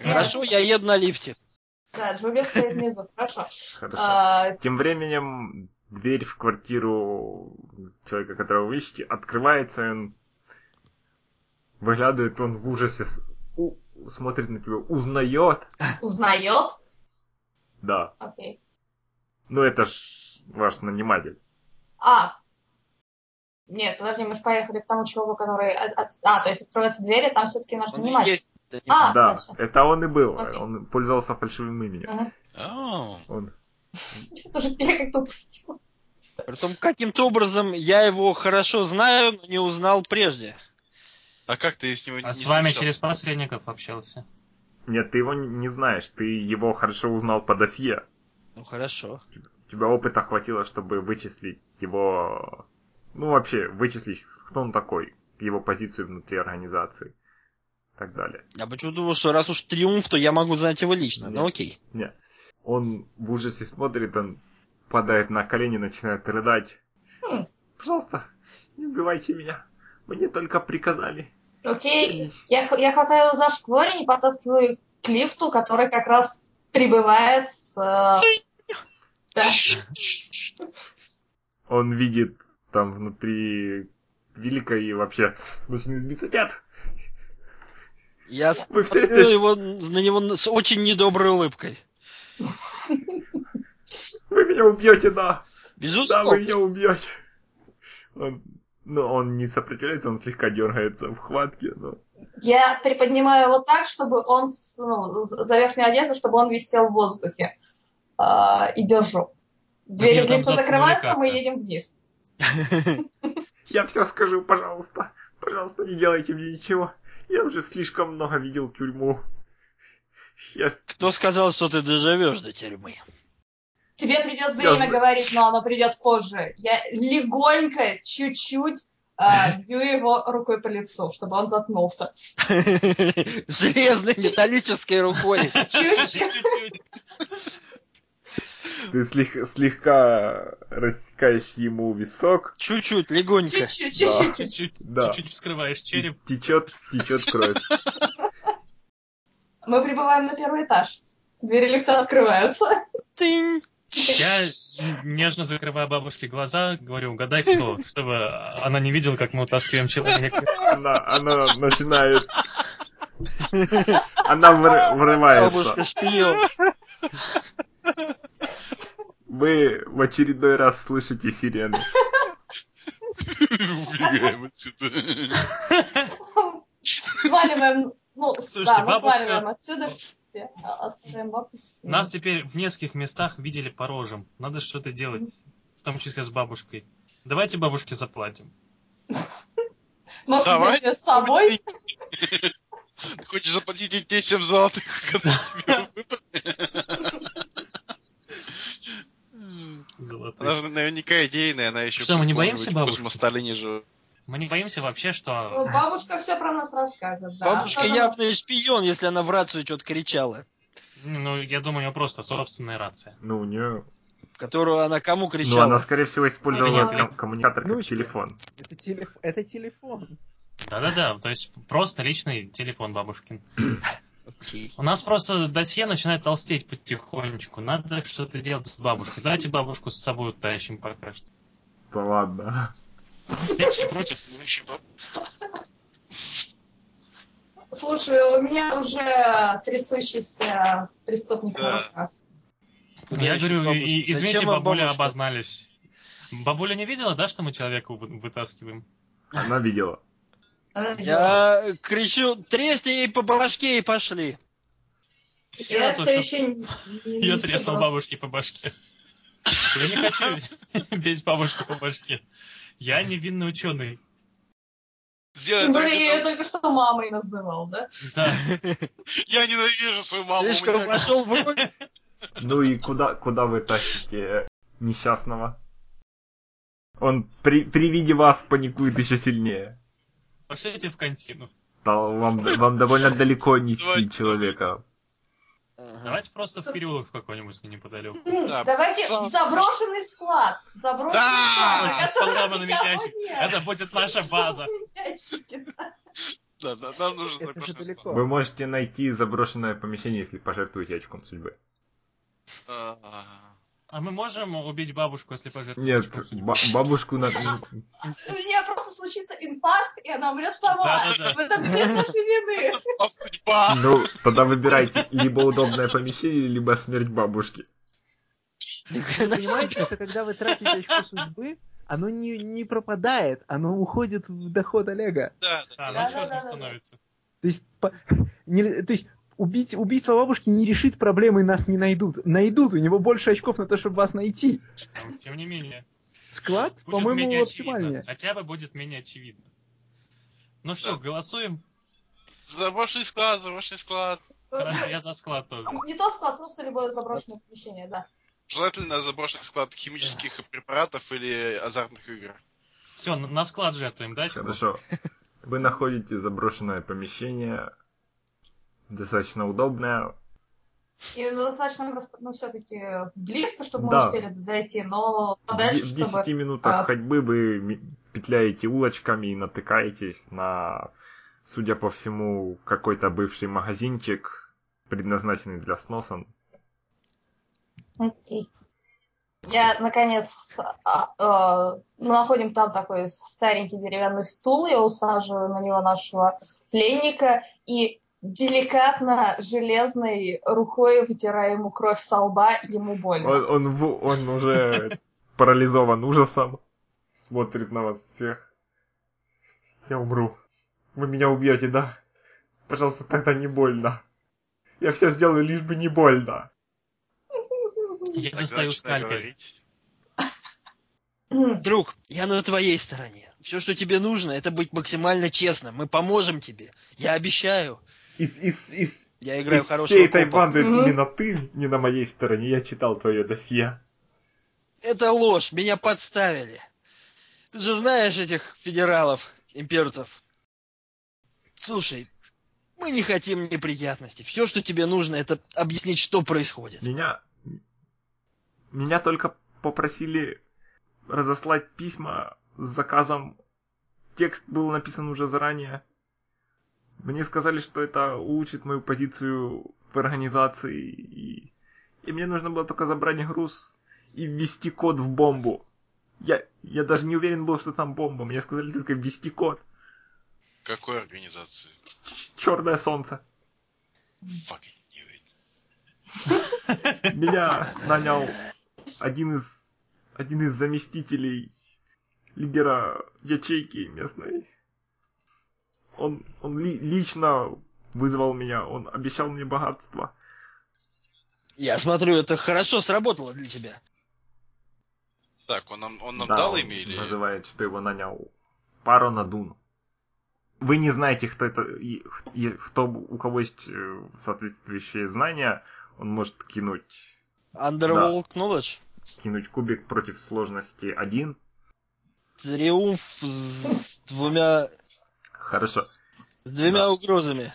Нет. Хорошо, я еду на лифте. Да, Джоу Беф стоит внизу. Хорошо. Хорошо. А, Тем временем дверь в квартиру человека, которого вы ищете, открывается, и он выглядывает, он в ужасе с- у- смотрит на тебя, узнает. Узнает. Да, Окей. ну это ж ваш наниматель. А. Нет, подожди, мы же поехали к тому чуваку, который... от- от- А, то есть открываются двери, там все-таки наш Он наниматель. есть. А, да, дальше. это он и был. Окей. Он пользовался фальшивым именем. Мгм. Ау. Он Что-то же я как-то упустила. Притом каким-то образом я его хорошо знаю, но не узнал прежде. А как ты с него не А с вами встречался? через посредников общался. Нет, ты его н- не знаешь, ты его хорошо узнал по досье. Ну хорошо. У тебя опыта хватило, чтобы вычислить его... Ну, вообще, вычислить, кто он такой, его позицию внутри организации и так далее. Я почему думал, что раз уж триумф, то я могу знать его лично. Нет. Ну окей. Он в ужасе смотрит, он падает на колени, начинает рыдать. Хм. Пожалуйста, не убивайте меня. Мне только приказали. Окей. Я, х- я хватаю его за шкворень и потаскиваю к лифту, который как раз прибывает с... э, Да. Он видит там внутри велика и вообще начинает биться. Нет, Я вы все смотрю здесь, его, на него с очень недоброй улыбкой. вы меня убьете, да. Ну Да, вы Безусловно. меня убьете. Он, ну, он не сопротивляется, он слегка дергается в хватке, но... Я приподнимаю его так, чтобы он с- ну, з- за верхнюю одежду, чтобы он висел в воздухе. А, и держу. Двери Нет, в там лифта заткнули закрываются, мы как-то. едем вниз. Я все скажу, пожалуйста. Пожалуйста, не делайте мне ничего. Я уже слишком много видел тюрьму. Я... с- Кто сказал, что ты доживешь до тюрьмы? Тебе придет время знаю. говорить, но оно придет позже. Я легонько, чуть-чуть а, бью его рукой по лицу, чтобы он заткнулся. Железной металлической рукой. Чуть-чуть. Чуть-чуть. Ты слег- слегка рассекаешь ему висок, Чуть-чуть, легонько. Чуть-чуть, чуть-чуть, чуть-чуть. Чуть-чуть Да. чуть-чуть вскрываешь череп. течет, течет кровь. Мы прибываем на первый этаж. Двери лифта открываются. Тынь. Я нежно закрываю бабушке глаза, говорю, угадай кто, чтобы она не видела, как мы утаскиваем человека. Она, она начинает... Она вры- врывается. Бабушка шпион. Вы в очередной раз слышите сирены. Убегаем отсюда. Сваливаем, ну, Слушайте, да, мы бабушка- сваливаем отсюда все. А- Оставляем бабушку. Нас теперь в нескольких местах видели по рожам. Надо что-то делать, в том числе с бабушкой. Давайте бабушке заплатим. Может, Давай. взять ее с собой? Ты хочешь заплатить ей 10 золотых, которые тебе выпали? Она Золотых. же наверняка идейная, она еще... Что, мы не боимся бабушки? В Сталине живет. Мы не боимся вообще, Ну, что... бабушка все про нас расскажет. Да. Бабушка Особенно- явно шпион, если она в рацию что-то кричала. Ну, я думаю, у нее просто собственная рация. Ну, у нее Которую она кому Ну, она, кричала? скорее всего, использовала Нет, этот нет. ком- коммуникатор как Ручки. телефон. Это, телеф- это телефон. Да-да-да, то есть просто личный телефон бабушкин. Окей. У нас просто досье начинает толстеть потихонечку. Надо что-то делать с бабушкой. Давайте бабушку с собой утащим пока что. Да ладно. Я все против. ну, еще баб- Слушай, у меня уже трясущийся преступник на Да. руках. Я говорю, и- и- извините, Зачем вам бабуля бабушка? обознались. Бабуля не видела, да, что мы человека вы- вытаскиваем? Она видела. Она Я кричу, тресни ей по башке и пошли. Всё я то, все что- еще не, не- Я не треснул собралась. бабушке по башке. Я не хочу бить бабушку по башке. Я невинный ученый. Сделай Тем так, более я ее это- только что мамой называл, да? Да. Я ненавижу свою маму. у Слишком меня- вошел в роль. Ну и куда, куда вы тащите несчастного. Он при, при виде вас паникует еще сильнее. Пошлите в контину. Да, Вам, вам довольно далеко нести Давайте. человека. Ага. Давайте просто в переулок в какой-нибудь неподалеку. Да, Давайте сам- в заброшенный склад. Заброшенный Да, склад. очень с поломанными а никого ящиками. нет. Это будет наша база. Ящики, да. Да, да, нам нужен Это же заброшенный далеко. склад. Вы можете найти заброшенное помещение, если пожертвуете очком судьбы. А, А мы можем убить бабушку, если пожертвуем? ну Нет, очком судьбы? ба- бабушку надо... У меня просто случится инфаркт, и она умрет сама. Да-да-да. В этом нет нашей вины. а судьба! Ну, тогда выбирайте либо удобное помещение, либо смерть бабушки. Понимаете, что когда вы тратите очко судьбы, оно не, не пропадает, оно уходит в доход Олега. Да, да, А, да. ну Да-да-да-да-да. чё там становится? То есть, по- не- то есть убить, убийство бабушки не решит проблемы, нас не найдут. Найдут, у него больше очков на то, чтобы вас найти. Ну, Тем не менее. Склад, Будет по-моему, менее очевидно. оптимальнее. Хотя бы будет менее очевидно. Ну что, Да. голосуем? Заброшенный склад, заброшенный склад. Хорошо, я за склад тоже. Не тот склад, просто любое заброшенное помещение, да. Желательно заброшенный склад химических препаратов или азартных игр. Все, на на склад жертвуем, да? Чуку? Хорошо. Вы находите заброшенное помещение, достаточно удобное. И ну, достаточно, доста- ну, все-таки близко, чтобы мы Да. успели дойти, но В подальше, де- в чтобы... 10 минутах а. ходьбы вы м- петляете улочками и натыкаетесь на, судя по всему, какой-то бывший магазинчик, предназначенный для сноса. Окей. Я, наконец, а, э, мы находим там такой старенький деревянный стул, я усаживаю на него нашего пленника и деликатно железной рукой вытираю ему кровь со лба, ему больно. Он, он, в- он уже парализован ужасом, смотрит на вас всех. Я умру. Вы меня убьете, да? Пожалуйста, тогда не больно. Я все сделаю, лишь бы не больно. Я Тогда достаю начинай скальпель. говорить. Друг, я на твоей стороне. Все, что тебе нужно, это быть максимально честным. Мы поможем тебе. Я обещаю. Из, из, из, Я играю из хорошего всей этой копа. банды Мгм. именно ты не на моей стороне. Я читал твое досье. Это ложь, меня подставили. Ты же знаешь этих федералов, имперцев. Слушай, мы не хотим неприятностей. Все, что тебе нужно, это объяснить, что происходит. Меня... Меня только попросили разослать письма с заказом. Текст был написан уже заранее. Мне сказали, что это улучшит мою позицию в организации. И, и мне нужно было только забрать груз и ввести код в бомбу. Я, я даже не уверен был, что там бомба. Мне сказали только ввести код. Какой организации? Черное солнце. Fucking knew it. Меня нанял один из один из заместителей лидера ячейки местной. Он, он ли- лично вызвал меня, он обещал мне богатство. Я смотрю, это хорошо сработало для тебя. Так, он нам, он нам дал имя или... Называет, что его нанял Паро Надун. Вы не знаете, кто это, и- и кто, у кого есть э, соответствующие знания, он может кинуть Underworld Knowledge. кинуть кубик против сложности 1. Триумф с двумя, Хорошо. с двумя угрозами.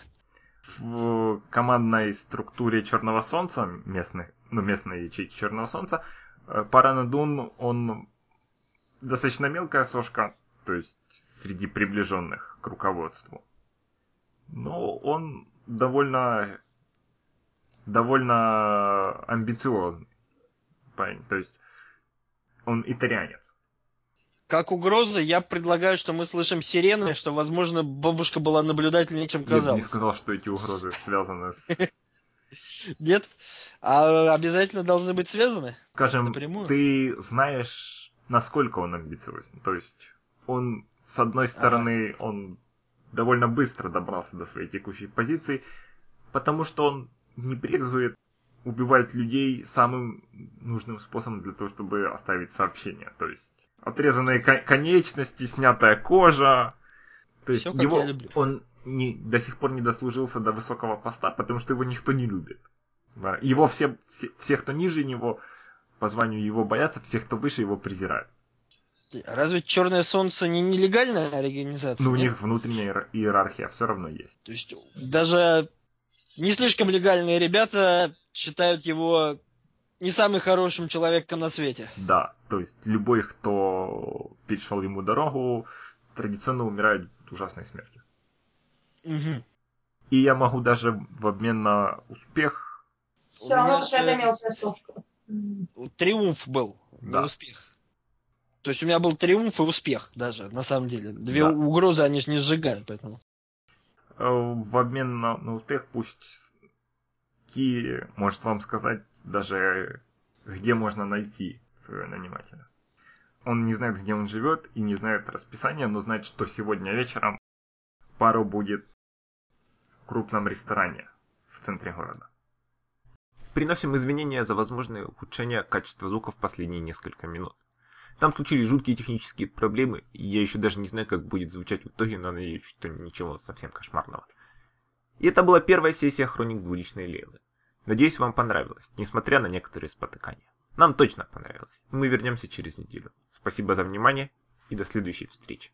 в командной структуре Черного Солнца, местных, ну, местной ячейки Черного Солнца, э, Паранадун, он достаточно мелкая сошка, то есть среди приближенных к руководству. Но он довольно, довольно амбициозный парень, то есть он итальянец. Как угроза, я предлагаю, что мы слышим сирены, что, возможно, бабушка была наблюдательнее, чем Я бы не казалось. сказал, что эти угрозы связаны с Нет? А обязательно должны быть связаны? Скажем, Напрямую? ты знаешь, насколько он амбициозен. То есть он, с одной стороны, он довольно быстро добрался до своей текущей позиции, потому что он не брезгует убивать людей самым нужным способом для того, чтобы оставить сообщение. То есть отрезанные ко- конечности, снятая кожа. То есть Всё, как его я люблю. он не, до сих пор не дослужился до высокого поста, потому что его никто не любит. Да, Его все, все, все, кто ниже него, по званию его боятся, всех, кто выше, его презирают. Разве Черное Солнце не нелегальная организация? Ну, Но Ну, у нет? них внутренняя иер- иерархия все равно есть. То есть даже не слишком легальные ребята считают его не самым хорошим человеком на свете. Да, то есть любой, кто перешел ему дорогу, традиционно умирает ужасной смертью. Мгм. И я могу даже в обмен на успех... Все равно меня всё- какая-то мелкая сушка. М. Вот Триумф был, не Да. успех. То есть у меня был триумф и успех даже, на самом деле. Две Да. угрозы они же не сжигают, поэтому. э, В обмен на, на успех пусть Ки может вам сказать даже, где можно найти своего нанимателя. Он не знает, где он живет, и не знает расписания, но знает, что сегодня вечером пару будет в крупном ресторане в центре города. Приносим извинения за возможное ухудшение качества звука в последние несколько минут. Там случились жуткие технические проблемы, и я еще даже не знаю, как будет звучать в итоге, но надеюсь, что ничего совсем кошмарного. И это была первая сессия Хроник двуличной Лейлы. Надеюсь, вам понравилось, несмотря на некоторые спотыкания. Нам точно понравилось. Мы вернемся через неделю. Спасибо за внимание и до следующей встречи.